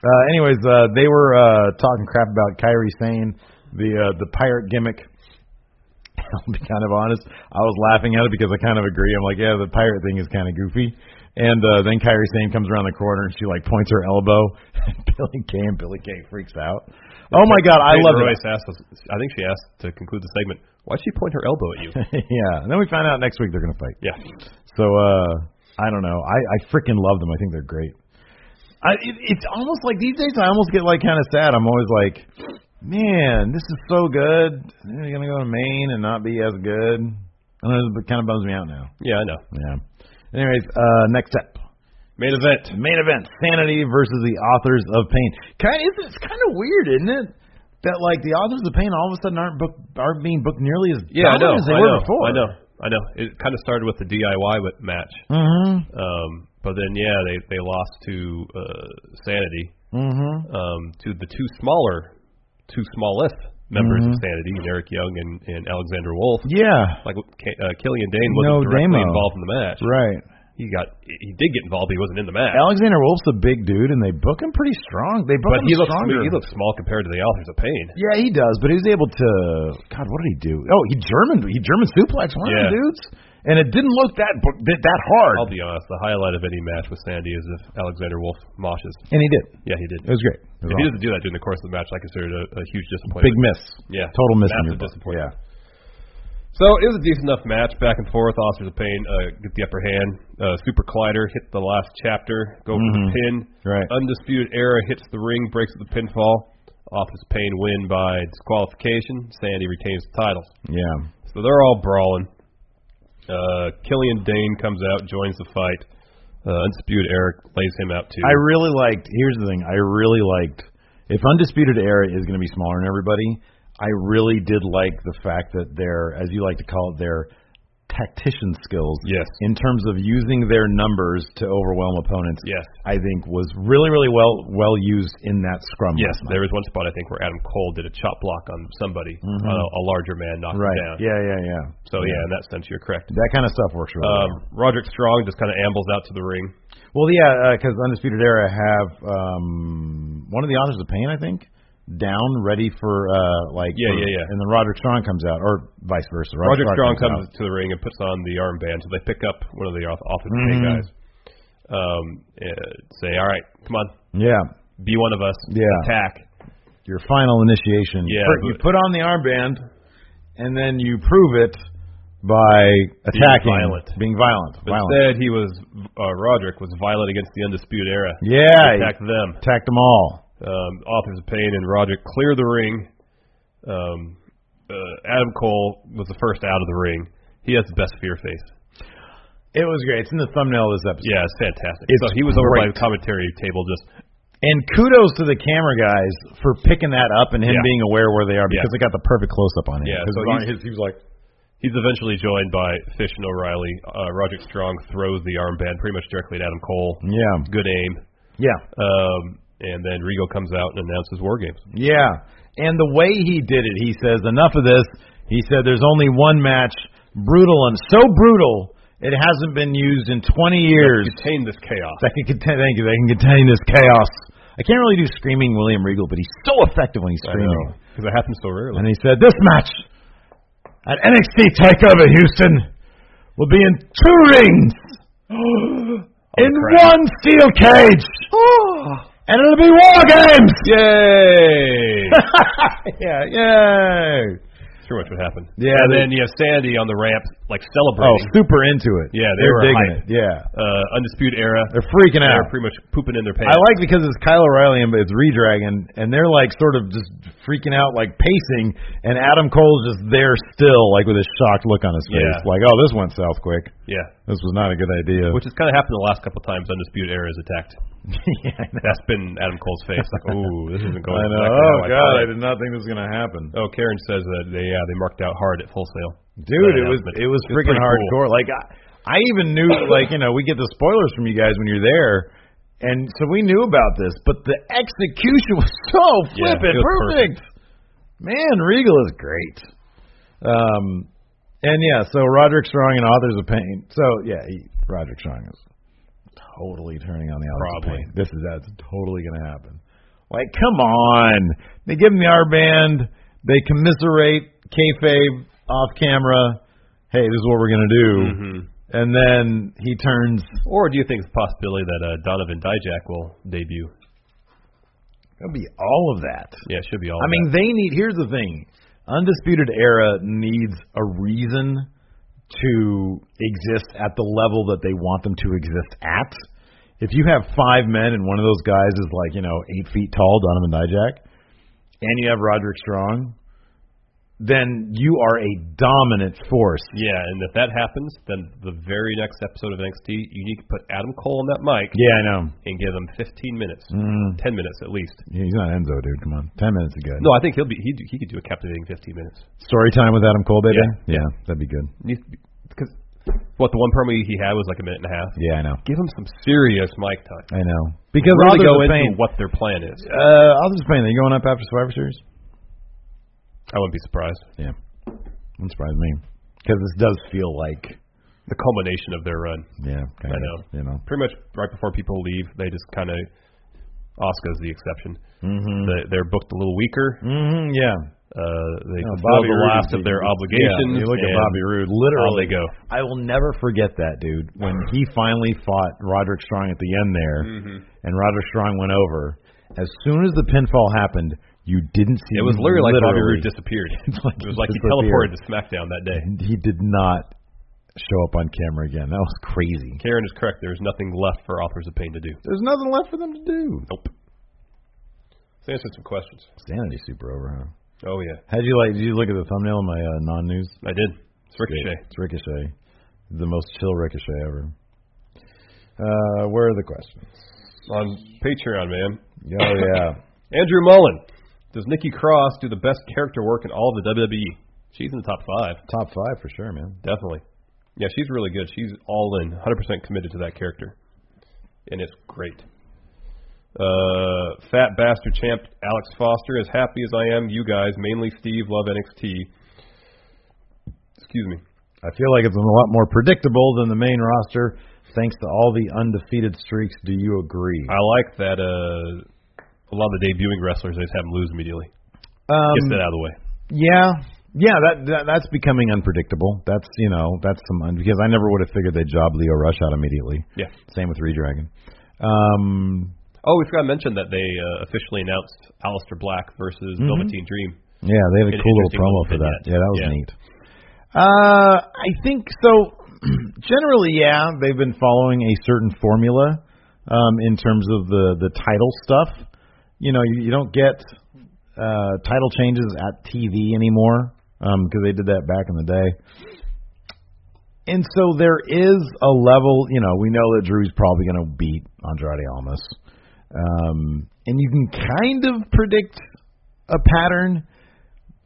A: Uh, anyways, uh, they were uh, talking crap about Kyrie Sane, the uh, the pirate gimmick. *laughs* I'll be kind of honest. I was laughing at it because I kind of agree. I'm like, yeah, the pirate thing is kind of goofy. And uh, then Kyrie Sane comes around the corner and she like points her elbow. *laughs* Billy Kay and Billy Kay freaks out. Oh my god, I
C: Peyton
A: love it.
C: Royce asked us, I think she asked to conclude the segment. Why'd she point her elbow at you?
A: *laughs*
C: *laughs*
A: yeah, and then we find out next week they're gonna fight.
C: yeah.
A: So uh, I don't know. I I freaking love them. I think they're great. I it, it's almost like these days I almost get like kind of sad. I'm always like, man, this is so good. They're gonna go to Maine and not be as good. I don't know. It kind of bums me out now.
C: Yeah, I know.
A: Yeah. Anyways, uh, next up,
C: Main event.
A: main event: Sanity versus the Authors of Pain. Kind of, it's kind of weird, isn't it? That like the Authors of Pain all of a sudden aren't book aren't being booked nearly as
C: Yeah, I know.
A: dominant as they
C: I
A: were
C: know.
A: before.
C: I know. I know. It kind of started with the DIY wi- match,
A: Mm-hmm.
C: um, but then yeah, they they lost to uh, Sanity,
A: Mm-hmm.
C: um, to the two smaller, two smallest members of Sanity, Eric Young and, and Alexander Wolf.
A: Mm-hmm. Yeah.
C: Like K- uh, Killian Dane wasn't
A: No Damo.
C: directly involved in the match.
A: Right.
C: He got he did get involved, but he wasn't in the match.
A: Alexander Wolf's a big dude, and they book him pretty strong. They book
C: but
A: him
C: he looks I
A: stronger.
C: mean, he looks small compared to the Authors of Pain.
A: Yeah, he does, but he was able to. God, what did he do? Oh, he German. He German suplex one of
C: Yeah.
A: the dudes, and it didn't look that bu- that that hard.
C: I'll be honest, the highlight of any match with Sandy is if Alexander Wolf moshes.
A: and he did.
C: Yeah, he
A: It
C: did.
A: was great. It was
C: If he
A: awesome.
C: doesn't do that during the course of the match, I consider it a, a huge disappointment.
A: Big miss.
C: Yeah.
A: Total miss. in your
C: Massive
A: book.
C: disappointment. So it was a decent enough match, back and forth. Authors of Pain uh, get the upper hand. Uh, Super Collider hit the last chapter, go for the pin.
A: Mm-hmm. Right.
C: Undisputed Era hits the ring, breaks the pinfall. Authors of Pain win by disqualification. Sandy retains the titles.
A: Yeah. Yeah.
C: So they're all brawling. Uh, Killian Dane comes out, joins the fight. Uh, Undisputed Eric lays him out too.
A: I really liked. Here's the thing. I really liked. If Undisputed Era is going to be smaller than everybody, I really did like the fact that their, as you like to call it, their tactician skills.
C: Yes.
A: In terms of using their numbers to overwhelm opponents.
C: Yes.
A: I think was really really well well used in that scrum.
C: Yes,
A: last night.
C: there was one spot I think where Adam Cole did a chop block on somebody, on a, a larger man, knocked
A: Mm-hmm. Right.
C: him down.
A: Yeah. Yeah. Yeah.
C: So yeah, in that sense, you're correct.
A: That kind of stuff works really well.
C: Um, Roderick Strong just kind of ambles out to the ring.
A: Well, yeah, because Undisputed Era have um, one of the authors of Pain, I think, down ready for uh, like
C: Yeah,
A: for-
C: yeah, yeah.
A: and then Roderick Strong comes out, or vice versa.
C: Roderick Strong
A: comes,
C: comes
A: out.
C: to the ring and puts on the armband, so they pick up one of the off- offensive mm
A: Mhm.
C: guys. Um, uh, say, all right, come on,
A: Yeah,
C: be one of us,
A: Yeah.
C: attack.
A: your final initiation.
C: Yeah,
A: Fir- you
C: but-
A: put on the armband, and then you prove it by attacking,
C: violent.
A: being violent,
C: But
A: violent.
C: instead, he was uh, Roderick was violent against the Undisputed Era.
A: yeah, you
C: attack them.
A: attacked them all.
C: um, Authors of Pain and Roderick clear the ring. Um, uh, Adam Cole was the first out of the ring. He has the best fear face.
A: It was great. It's in the thumbnail of this episode.
C: Yeah, it's fantastic.
A: It's
C: so he was over by
A: great.
C: the commentary table just
A: And kudos to the camera guys for picking that up and him
C: Yeah.
A: being aware where they are
C: Yeah.
A: because they got the perfect close up on him.
C: Yeah,
A: 'Cause it
C: so
A: was on
C: he's-
A: his- he was like,
C: He's eventually joined by Fish and O'Reilly. Uh, Roger Strong throws the armband pretty much directly at Adam Cole.
A: yeah,
C: Good aim.
A: yeah,
C: Um, and then Rigo comes out and announces War Games.
A: yeah. And the way he did it, he says, enough of this. He said, there's only one match, brutal and so brutal it hasn't been used in 20 years.
C: Contain this chaos.
A: That can contain, thank you. That can contain this chaos. I can't really do screaming William Regal, but he's so effective when he's
C: I know.
A: screaming.
C: Because it happens so rarely.
A: And he said, "This match at NXT Takeover Houston will be in two
C: *gasps*
A: rings,
C: Oh,
A: in
C: crap.
A: one steel
C: *gasps*
A: cage, and it'll be War Games." *laughs*
C: Yay!
A: yeah, yay!
C: Sure, much would happen.
A: Yeah,
C: And
A: they-
C: then you have Sandy on the ramp, like
A: Oh,
C: celebrating.
A: super into it.
C: Yeah, they
A: they're
C: were
A: digging
C: hyped.
A: it. Yeah,
C: Uh, Undisputed Era.
A: Oh. they're freaking out.
C: They're pretty much pooping in their pants.
A: I like because it's Kyle O'Reilly and it's Redragon, and they're like sort of just freaking out, like pacing, and Adam Cole's just there still, like with a shocked look on his face,
C: Yeah.
A: like, "Oh, this went south quick.
C: yeah.
A: This was not a good idea." *laughs*
C: Which has kind of happened the last couple times Undisputed Era has attacked.
A: yeah, I know.
C: That's been Adam Cole's face.
A: *laughs*
C: Like, ooh, this isn't going
A: I know.
C: exactly
A: Oh
C: how I
A: God,
C: planned."
A: I did not think this was gonna happen,
C: Oh, Karen says that they uh, they marked out hard at full sale.
A: dude. It was
C: announcement.
A: it was
C: It's
A: freaking
C: pretty cool.
A: hardcore. Like I, I even knew, like you know, we get the spoilers from you guys when you're there. And so we knew about this, but the execution *laughs* was so
C: Yeah,
A: flippin'
C: it was
A: perfect. Man, Regal is great. Um, and yeah, so Roderick Strong and Authors of Pain. So yeah, he, Roderick Strong is totally turning on the Authors of
C: Probably.
A: Pain. This is that's totally going to happen. Like, come on! They give him the R-band. They commiserate kayfabe off camera. Hey, this is what we're going to do. And then he turns.
C: Or do you think it's a possibility that uh, Donovan Dijak will debut?
A: That'll be all of that.
C: Yeah, it should be all.
A: I
C: of
A: mean,
C: that.
A: they need. Here's the thing: Undisputed Era needs a reason to exist at the level that they want them to exist at. If you have five men and one of those guys is like you know eight feet tall, Donovan Dijak, and you have Roderick Strong, then you are a dominant force.
C: yeah, and if that happens, then the very next episode of NXT, you need to put Adam Cole on that mic
A: Yeah, I know.
C: and give him 15 minutes,
A: Mm.
C: 10 minutes at least.
A: Yeah, he's not Enzo, dude. Come on, ten minutes ago.
C: No, I think he'll be he he could do a captivating 15 minutes.
A: Story time with Adam Cole, baby. Yeah, that'd be good.
C: Because what the one promo he had was like a minute and a half.
A: Yeah, I know.
C: Give him some serious mic time.
A: I know. Because Authors
C: really go
A: of
C: into
A: Pain-
C: what their plan is.
A: Uh, I'll just explain. Are you going up after Survivor Series?
C: I wouldn't be surprised.
A: Yeah. Wouldn't surprise me. Because this does feel like,
C: The culmination of their run.
A: yeah, kind
C: I
A: of,
C: know.
A: you know.
C: Pretty much right before people leave, they just kind of. Oscar's the exception.
A: Mm-hmm.
C: They, they're booked a little weaker.
A: Mm-hmm, yeah.
C: Uh, they
A: No,
C: fulfill
A: Bobby
C: the
A: Roode
C: last
A: is
C: of their
A: the-
C: obligations.
A: Yeah, you look at
C: and
A: Bobby Roode,
C: how they
A: literally.
C: go.
A: I will never forget that, dude. When he finally fought Roderick Strong at the end there, and Roderick Strong went over, as soon as the pinfall happened, you didn't see
C: It was literally like Bobby
A: Mm-hmm. literally-
C: Roode disappeared.
A: *laughs* It's like
C: it was like he
A: disappeared. Mm-hmm.
C: teleported to SmackDown that day.
A: He did not show up on camera again. That was crazy.
C: Karen is correct. There's nothing left for Authors of Pain to do.
A: There's nothing left for them to do.
C: Nope. Let's answer some questions.
A: Sanity's super over, huh?
C: Oh, yeah.
A: How'd you like? Did you look at the thumbnail of my uh, non-news?
C: I did. It's Ricochet.
A: It's Ricochet, the most chill Ricochet ever. Uh, where are the questions?
C: On Patreon, man.
A: Oh *laughs* yeah,
C: Andrew Mullen. Does Nikki Cross do the best character work in all of the WWE? She's in the top five.
A: top five for sure, man.
C: Definitely. Yeah, she's really good. She's all in, 100% committed to that character. And it's great. Uh, fat bastard champ Alex Foster, as happy as I am, you guys, mainly Steve, love NXT. Excuse me.
A: I feel like it's a lot more predictable than the main roster, thanks to all the undefeated streaks. Do you agree?
C: I like that uh, a lot of the debuting wrestlers, they just have them lose immediately.
A: Um,
C: Gets that out of the way.
A: yeah, yeah. That, that that's becoming unpredictable. That's you know that's some un- because I never would have figured they'd job Leo Rush out immediately.
C: Yeah.
A: Same with Redragon. Um,
C: Oh, we forgot to mention that they uh, officially announced Aleister Black versus Velveteen Dream.
A: Yeah, they had a
C: An
A: cool little
C: interesting
A: promo
C: little
A: for that.
C: vignette.
A: Yeah, that was
C: Yeah.
A: neat. Uh, I think so. *clears throat* generally, yeah, they've been following a certain formula um, in terms of the the title stuff. You know, you, you don't get uh, title um, changes at TV anymore because they did that back in the day. and so there is a level, you know, we know that Drew's probably going to beat Andrade Almas. Um, and you can kind of predict a pattern,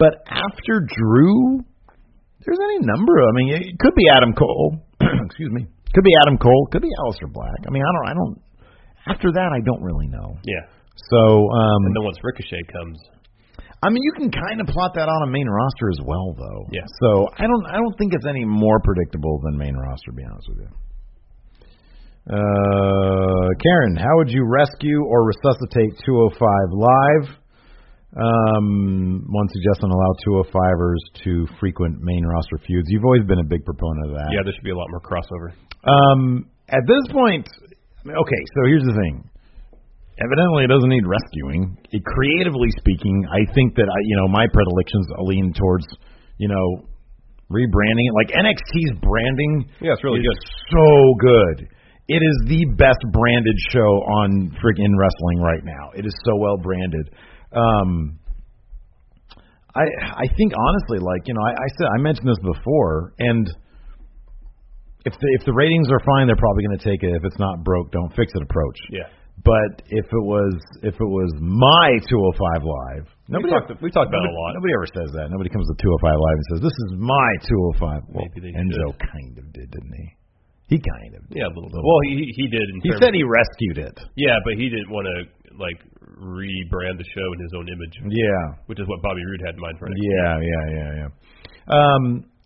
A: but after Drew, there's any number. Of, I mean, it could be Adam Cole. *clears throat* excuse me. Could be Adam Cole. Could be Alistair Black. I mean, I don't. I don't. After that, I don't really know.
C: Yeah.
A: So, um,
C: And then once Ricochet comes,
A: I mean, you can kind of plot that on a main roster as well, though.
C: Yeah.
A: So I don't. I don't think it's any more predictable than main roster. To be honest with you. Uh, Karen, how would you rescue or resuscitate 205 live? Um, one suggestion: allow 205ers to frequent main roster feuds. You've always been a big proponent of that.
C: yeah, there should be a lot more crossover.
A: Um, at this point, I mean, okay, so here's the thing. Evidently, it doesn't need rescuing. It, creatively speaking, I think that I, you know, my predilections lean towards, you know, rebranding it. Like NXT's branding
C: Yeah, it's really
A: is
C: good.
A: so good. It is the best branded show on freaking wrestling right now. It is so well branded. Um, I I think honestly, like you know, I, I said I mentioned this before, and if the if the ratings are fine, they're probably going to take it. If it's not broke, don't fix it. Approach.
C: Yeah.
A: But if it was if it was my 205 live, nobody
C: talked-
A: ever-
C: we talked about it a
A: nobody-
C: lot.
A: Nobody ever says that. Nobody comes to 205 live and says this is my 205. Well,
C: Maybe they
A: Enzo kind of did, didn't he? He kind of. Did.
C: Yeah, a little bit. Well, he he did. In
A: He
C: terms
A: said he rescued it.
C: yeah, but he didn't want to like rebrand the show in his own image,
A: Yeah.
C: which is what Bobby Roode had in mind for it.
A: Yeah. Yeah. Yeah. Yeah. Um,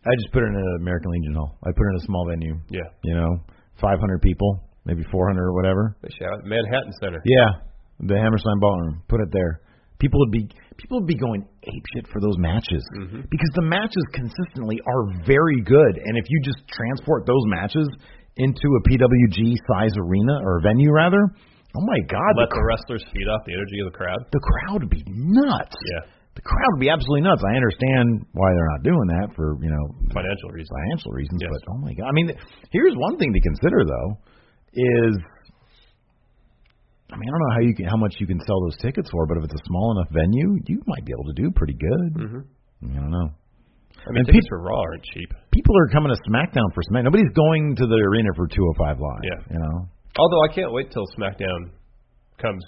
A: I just put it in an American Legion Hall. I put it in a small venue.
C: Yeah.
A: You know, 500 people, maybe 400 or whatever.
C: They shout out Manhattan Center.
A: Yeah, the Hammerstein Ballroom. Put it there. People would be people would be going apeshit for those matches because the matches consistently are very good, and if you just transport those matches into a PWG size arena or venue rather, oh my god,
C: Let
A: the,
C: the wrestlers feed off the energy of the crowd.
A: cr- the crowd would be nuts.
C: Yeah,
A: The crowd would be absolutely nuts. I understand why they're not doing that for you know
C: financial reasons.
A: financial reasons,
C: Yes.
A: but oh my god! I mean, th- here's one thing to consider though is, I mean, I don't know how you can, how much you can sell those tickets for, but if it's a small enough venue, you might be able to do pretty good.
C: Mhm.
A: I mean, I don't know.
C: I mean,
A: And
C: tickets for Raw aren't cheap.
A: People are coming to SmackDown for SmackDown. Nobody's going to the arena for 205 Live.
C: Yeah.
A: you know.
C: Although I can't wait till SmackDown comes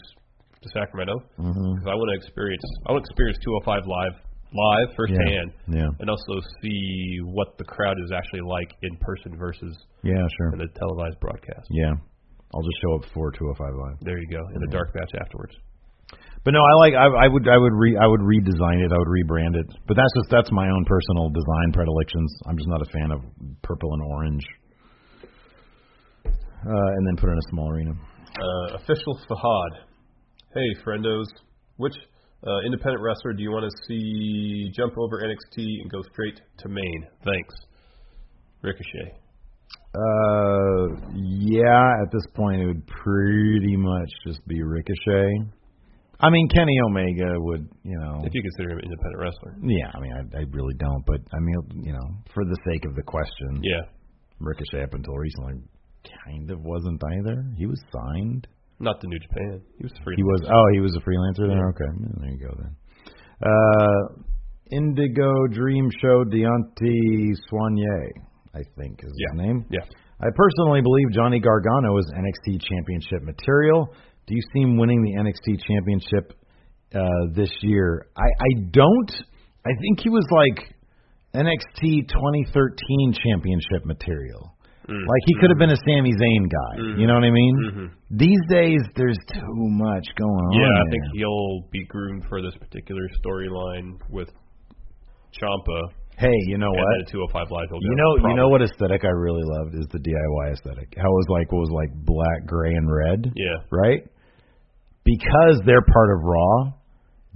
C: to Sacramento
A: Mm-hmm.
C: because I want to experience I want to experience 205 live live firsthand
A: Yeah.
C: and also see what the crowd is actually like in person versus
A: yeah, yeah, sure.
C: in a televised broadcast.
A: Yeah, I'll just show up for 205 Live.
C: There you go in the dark match afterwards.
A: But no, I like I, I would I would re I would redesign it. I would rebrand it. But that's just that's my own personal design predilections. I'm just not a fan of purple and orange. Uh, and then put it in a small arena.
C: Uh, official Fahad. Hey, friendos. Which uh, independent wrestler do you want to see jump over NXT and go straight to Maine? Thanks. Ricochet.
A: Uh, yeah. At this point, it would pretty much just be Ricochet. I mean, Kenny Omega would, you know.
C: If you consider him an independent wrestler.
A: Yeah, I mean, I, I really don't, but I mean, you know, for the sake of the question,
C: Yeah.
A: Ricochet up until recently kind of wasn't either. He was signed.
C: Not the New Japan. He was free.
A: He was. Oh, he was a freelancer then. Okay, Yeah, there you go then. Uh, Indigo Dream Show Deontay Soignier, I think is his
C: Yeah.
A: name.
C: Yeah.
A: I personally believe Johnny Gargano is NXT Championship material. Do you see him winning the NXT Championship uh, this year? I, I don't. I think he was like NXT 2013 Championship material.
C: Mm-hmm.
A: Like he could have been a Sami Zayn guy. You know what I mean? These days, there's too much going on.
C: Yeah, I think
A: there.
C: he'll be groomed for this particular storyline with Champa
A: Hey, you know
C: and
A: what?
C: then a 205 Live. he'll
A: You
C: go,
A: know, you
C: probably.
A: know what aesthetic I really loved is the DIY aesthetic. How it was like what was like black, gray, and red.
C: Yeah.
A: right? Because they're part of Raw,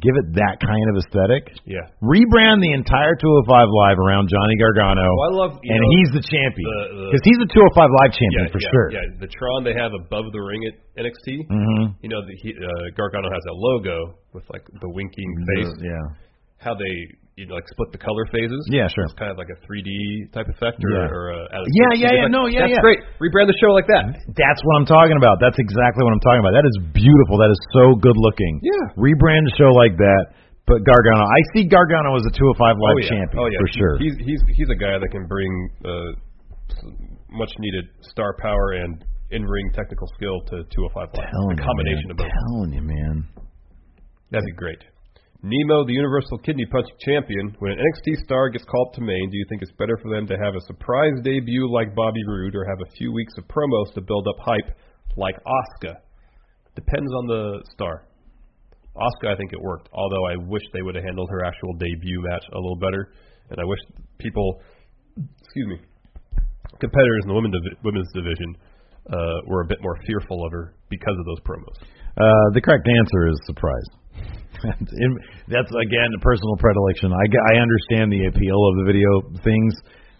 A: give it that kind of aesthetic.
C: Yeah.
A: Rebrand the entire 205 Live around Johnny Gargano,
C: Well, I love. You
A: and
C: know,
A: he's the champion
C: the- the-
A: because he's the 205 Live champion
C: yeah,
A: for
C: yeah,
A: sure.
C: Yeah, the Tron they have above the ring at NXT.
A: hmm
C: You know, the, he, uh, Gargano has that logo with like the winking face.
A: Uh, Yeah,
C: How they you know, like split the color phases.
A: yeah, sure.
C: It's kind of like a 3D type effect, or,
A: Yeah.
C: or uh, a,
A: Yeah,
C: out of space
A: yeah,
C: type
A: yeah,
C: effect.
A: no, yeah, yeah.
C: That's great. Rebrand the show like that.
A: That's what I'm talking about. That's exactly what I'm talking about. That is beautiful. That is so good looking.
C: Yeah.
A: Rebrand a show like that, but Gargano. I see Gargano as a 205 Live
C: oh, yeah.
A: champion
C: oh, yeah.
A: for sure.
C: He's he's he's a guy that can bring uh, much needed star power and in ring technical skill to 205 Live.
A: Telling
C: a combination
A: you,
C: of
A: man.
C: both.
A: Telling you, man.
C: That'd be great. Nemo, the Universal Kidney Punch Champion. When an NXT star gets called up to Maine, do you think it's better for them to have a surprise debut like Bobby Roode or have a few weeks of promos to build up hype like Asuka? Depends on the star. Asuka, I think it worked, although I wish they would have handled her actual debut match a little better. And I wish people, excuse me, competitors in the women divi- women's division uh, were a bit more fearful of her because of those promos.
A: Uh, the correct answer is surprise. *laughs* In- That's again a personal predilection. I, g- I understand the appeal of the video things,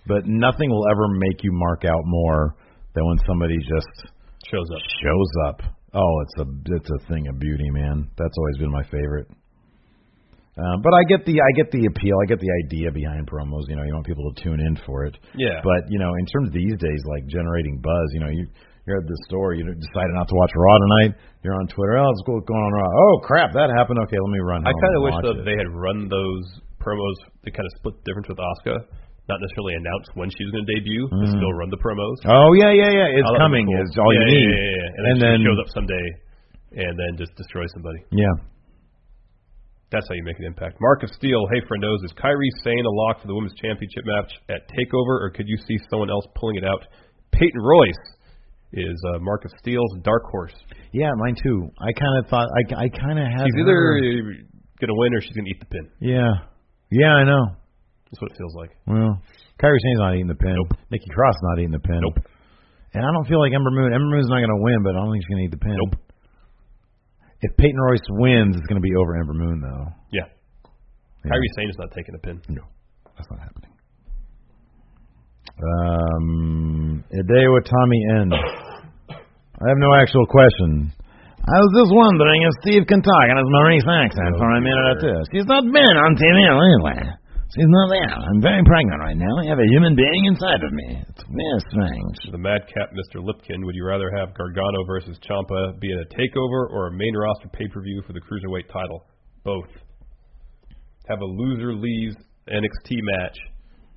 A: but nothing will ever make you mark out more than when somebody just
C: Shows up.
A: shows up. Oh, it's a it's a thing of beauty, man. That's always been my favorite. Uh, but I get the I get the appeal. I get the idea behind promos. You know, you want people to tune in for it.
C: Yeah.
A: But you know, in terms of these days, like generating buzz. You know, you you're at the store. You decided not to watch Raw tonight. You're on Twitter. Oh, let's go what's going on Raw. Oh crap, that happened. Okay, let me run.
C: I
A: home
C: kind of
A: and
C: wish
A: watch
C: though
A: it.
C: they had run those promos. They kind of split the difference with Oscar, not necessarily announce when she was going to debut, but still run the promos.
A: Oh yeah, yeah, yeah. It's
C: Oh, that'd be
A: Mm. coming.
C: cool.
A: Is all you
C: yeah, yeah,
A: need.
C: Yeah, yeah, yeah. And,
A: And
C: then,
A: then-
C: she shows up someday, and then just destroys somebody.
A: yeah.
C: That's how you make an impact. Mark of Steel, hey friendos, is Kyrie saying a lock for the women's championship match at Takeover, or could you see someone else pulling it out? Peyton Royce is uh, Mark of Steel's dark horse.
A: Yeah, mine too. I kind of thought I, I kind of had
C: She's
A: her-
C: either going to win or she's going to eat the pin.
A: yeah, yeah. I know.
C: That's what it feels like.
A: Well, Kyrie Sane's not eating the pin.
C: Nope.
A: Nikki Cross not eating the pin.
C: Nope.
A: And I don't feel like Ember Moon. Ember Moon's not going to win, but I don't think she's going to eat the pin.
C: Nope.
A: If Peyton Royce wins, it's going to be over Ember Moon, though.
C: Yeah.
A: Yeah.
C: Kyrie Sane's not taking a pin.
A: No, that's not happening. Um, Hideo Itami N. I have no actual question. I was just wondering if Steve can talk in his Maurice accent for a minute or two. She's not been on TV lately. She's not there. I'm very pregnant right now. I have a human being inside of me. It's very strange.
C: The madcap Mr. Lipkin, would you rather have Gargano versus Champa be in a takeover or a main roster pay per view for the cruiserweight title? Both. Have a loser leaves NXT match.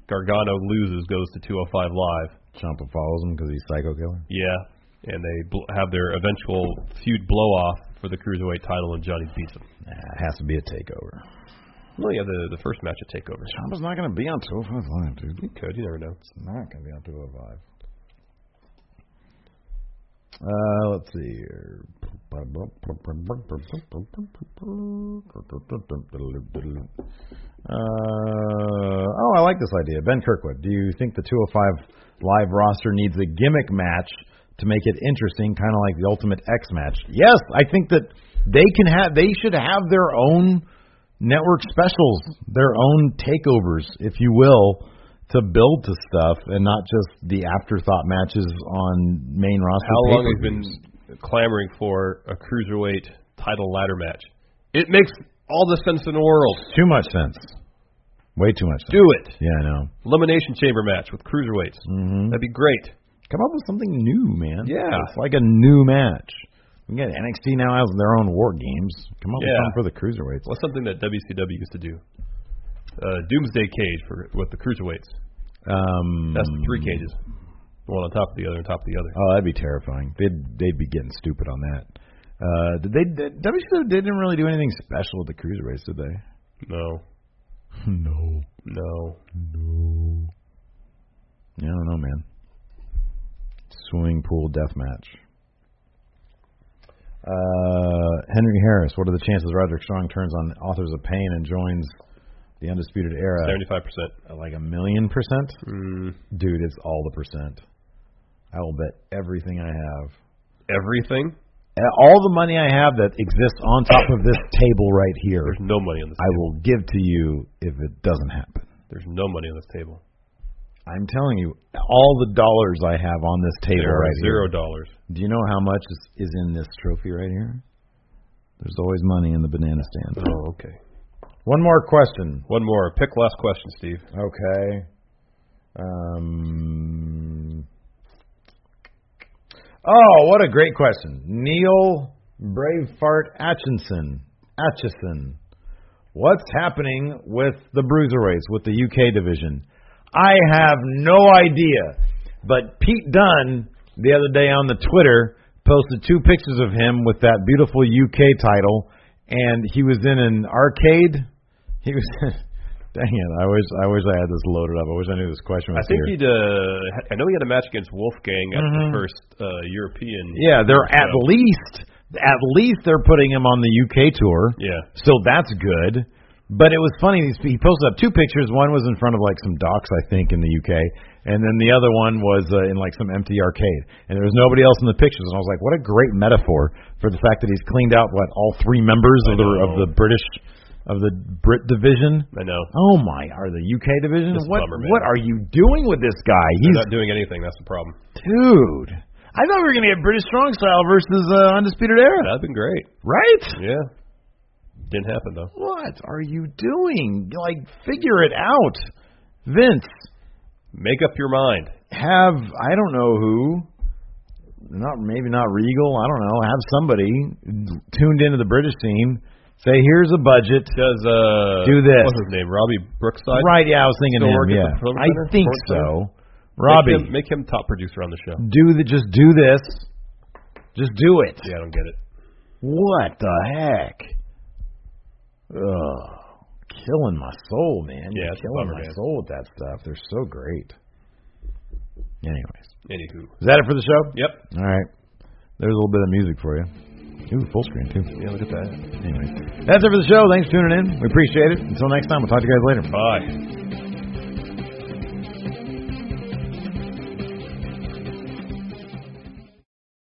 C: Gargano loses, goes to 205 Live.
A: Champa follows him because he's psycho killer.
C: Yeah, and they bl- have their eventual feud blow off for the cruiserweight title, and Johnny beats him.
A: Nah, it has to be a takeover.
C: Well, yeah, the the first match at Takeover.
A: Champa's not going to be on 205 Live, dude.
C: You could, you never know.
A: It's not going to be on 205. Uh, let's see here. Uh, oh, I like this idea. Ben Kirkwood, do you think the 205 live roster needs a gimmick match to make it interesting, kind of like the Ultimate X match? Yes, I think that they can have, they should have their own network specials, their own takeovers, if you will, to build to stuff and not just the afterthought matches on main roster.
C: how long we've
A: pay-per-views.
C: been clamoring for a cruiserweight title ladder match. It makes all the sense in the world.
A: Too much sense. Way too much sense.
C: Do it.
A: Yeah, I know.
C: Elimination chamber match with cruiserweights.
A: hmm
C: That'd be great.
A: Come up with something new, man.
C: Yeah.
A: It's like a new match. We get NXT now has their own war games. Come up
C: Yeah.
A: with something for the cruiserweights.
C: What's something that WCW used to do? Uh, Doomsday cage for with the cruiserweights.
A: Um,
C: That's three cages, one on top of the other, on top of the other.
A: Oh, that'd be terrifying. They'd they'd be getting stupid on that. Uh, did they did, WCW didn't really do anything special with the cruiserweights, did they?
C: No,
A: No,
C: *laughs* no.
A: no. Yeah, I don't know, man. Swimming pool death match. Uh, Henry Harris. What are the chances Roderick Strong turns on Authors of Pain and joins the Undisputed Era?
C: Seventy-five percent.
A: Like a million percent,
C: Mm,
A: dude. It's all the percent. I will bet everything I have.
C: everything.
A: Uh, all the money I have that exists on top of this table right here,
C: There's no money on this.
A: I will give to you if it doesn't happen.
C: There's no money on this table.
A: I'm telling you, all the dollars I have on this table
C: There are
A: right
C: zero
A: here.
C: dollars.
A: Do you know how much is, is in this trophy right here? There's always money in the banana stand.
C: Oh, okay.
A: One more question.
C: One more. Pick last question, Steve.
A: Okay. Um. Oh, what a great question, Neil Braveheart Atchison. Atchison, what's happening with the Bruiserweights with the UK division? I have no idea. But Pete Dunn the other day on the Twitter posted two pictures of him with that beautiful UK title, and he was in an arcade. He was. *laughs* Dang it! I wish I wish I had this loaded up. I wish I knew this question was
C: I think
A: here.
C: he'd. Uh, I know he had a match against Wolfgang at the first uh, European.
A: yeah, they're at
C: show.
A: least at least they're putting him on the UK tour.
C: Yeah.
A: So that's good. But it was funny. these- He posted up two pictures. One was in front of like some docks, I think, in the UK, and then the other one was uh, in like some empty arcade. And there was nobody else in the pictures. And I was like, what a great metaphor for the fact that he's cleaned out what all three members of the of
C: know.
A: the British of the Brit division.
C: I know.
A: Oh my, are the UK division?
C: It's a
A: what
C: bummer, man.
A: what are you doing with this guy?
C: He's
A: He's
C: not doing anything. That's the problem.
A: dude. I thought we were gonna get British Strong Style versus uh, Undisputed Era,
C: That'd been great.
A: right?
C: Yeah. Didn't happen though.
A: What are you doing? Like, figure it out. Vince,
C: Make up your mind.
A: have, I don't know who, not maybe not Regal, I don't know, have somebody tuned into the British scene say, here's a budget.
C: Does uh
A: Do this.
C: What's his name? Robbie Brookside.
A: right, yeah, I was thinking
C: Still
A: him,
C: work at
A: yeah.
C: the Performance
A: I
C: Center?
A: think
C: Performance
A: so.
C: Make
A: Robbie,
C: him, make him top producer on the show.
A: do the, just do this. Just do it.
C: Yeah, I don't get it.
A: What the heck? Ugh. Killing my soul, man. You're
C: Yeah, it's a
A: killing
C: bummer,
A: my
C: man.
A: soul with that stuff. They're so great. Anyways.
C: Anywho.
A: Is that it for the show?
C: Yep.
A: All right. There's a little bit of music for you. Ooh, full screen too.
C: Yeah, look at that.
A: Anyways. That's it for the show. Thanks for tuning in. We appreciate it. Until next time, we'll talk to you guys later.
C: Bye.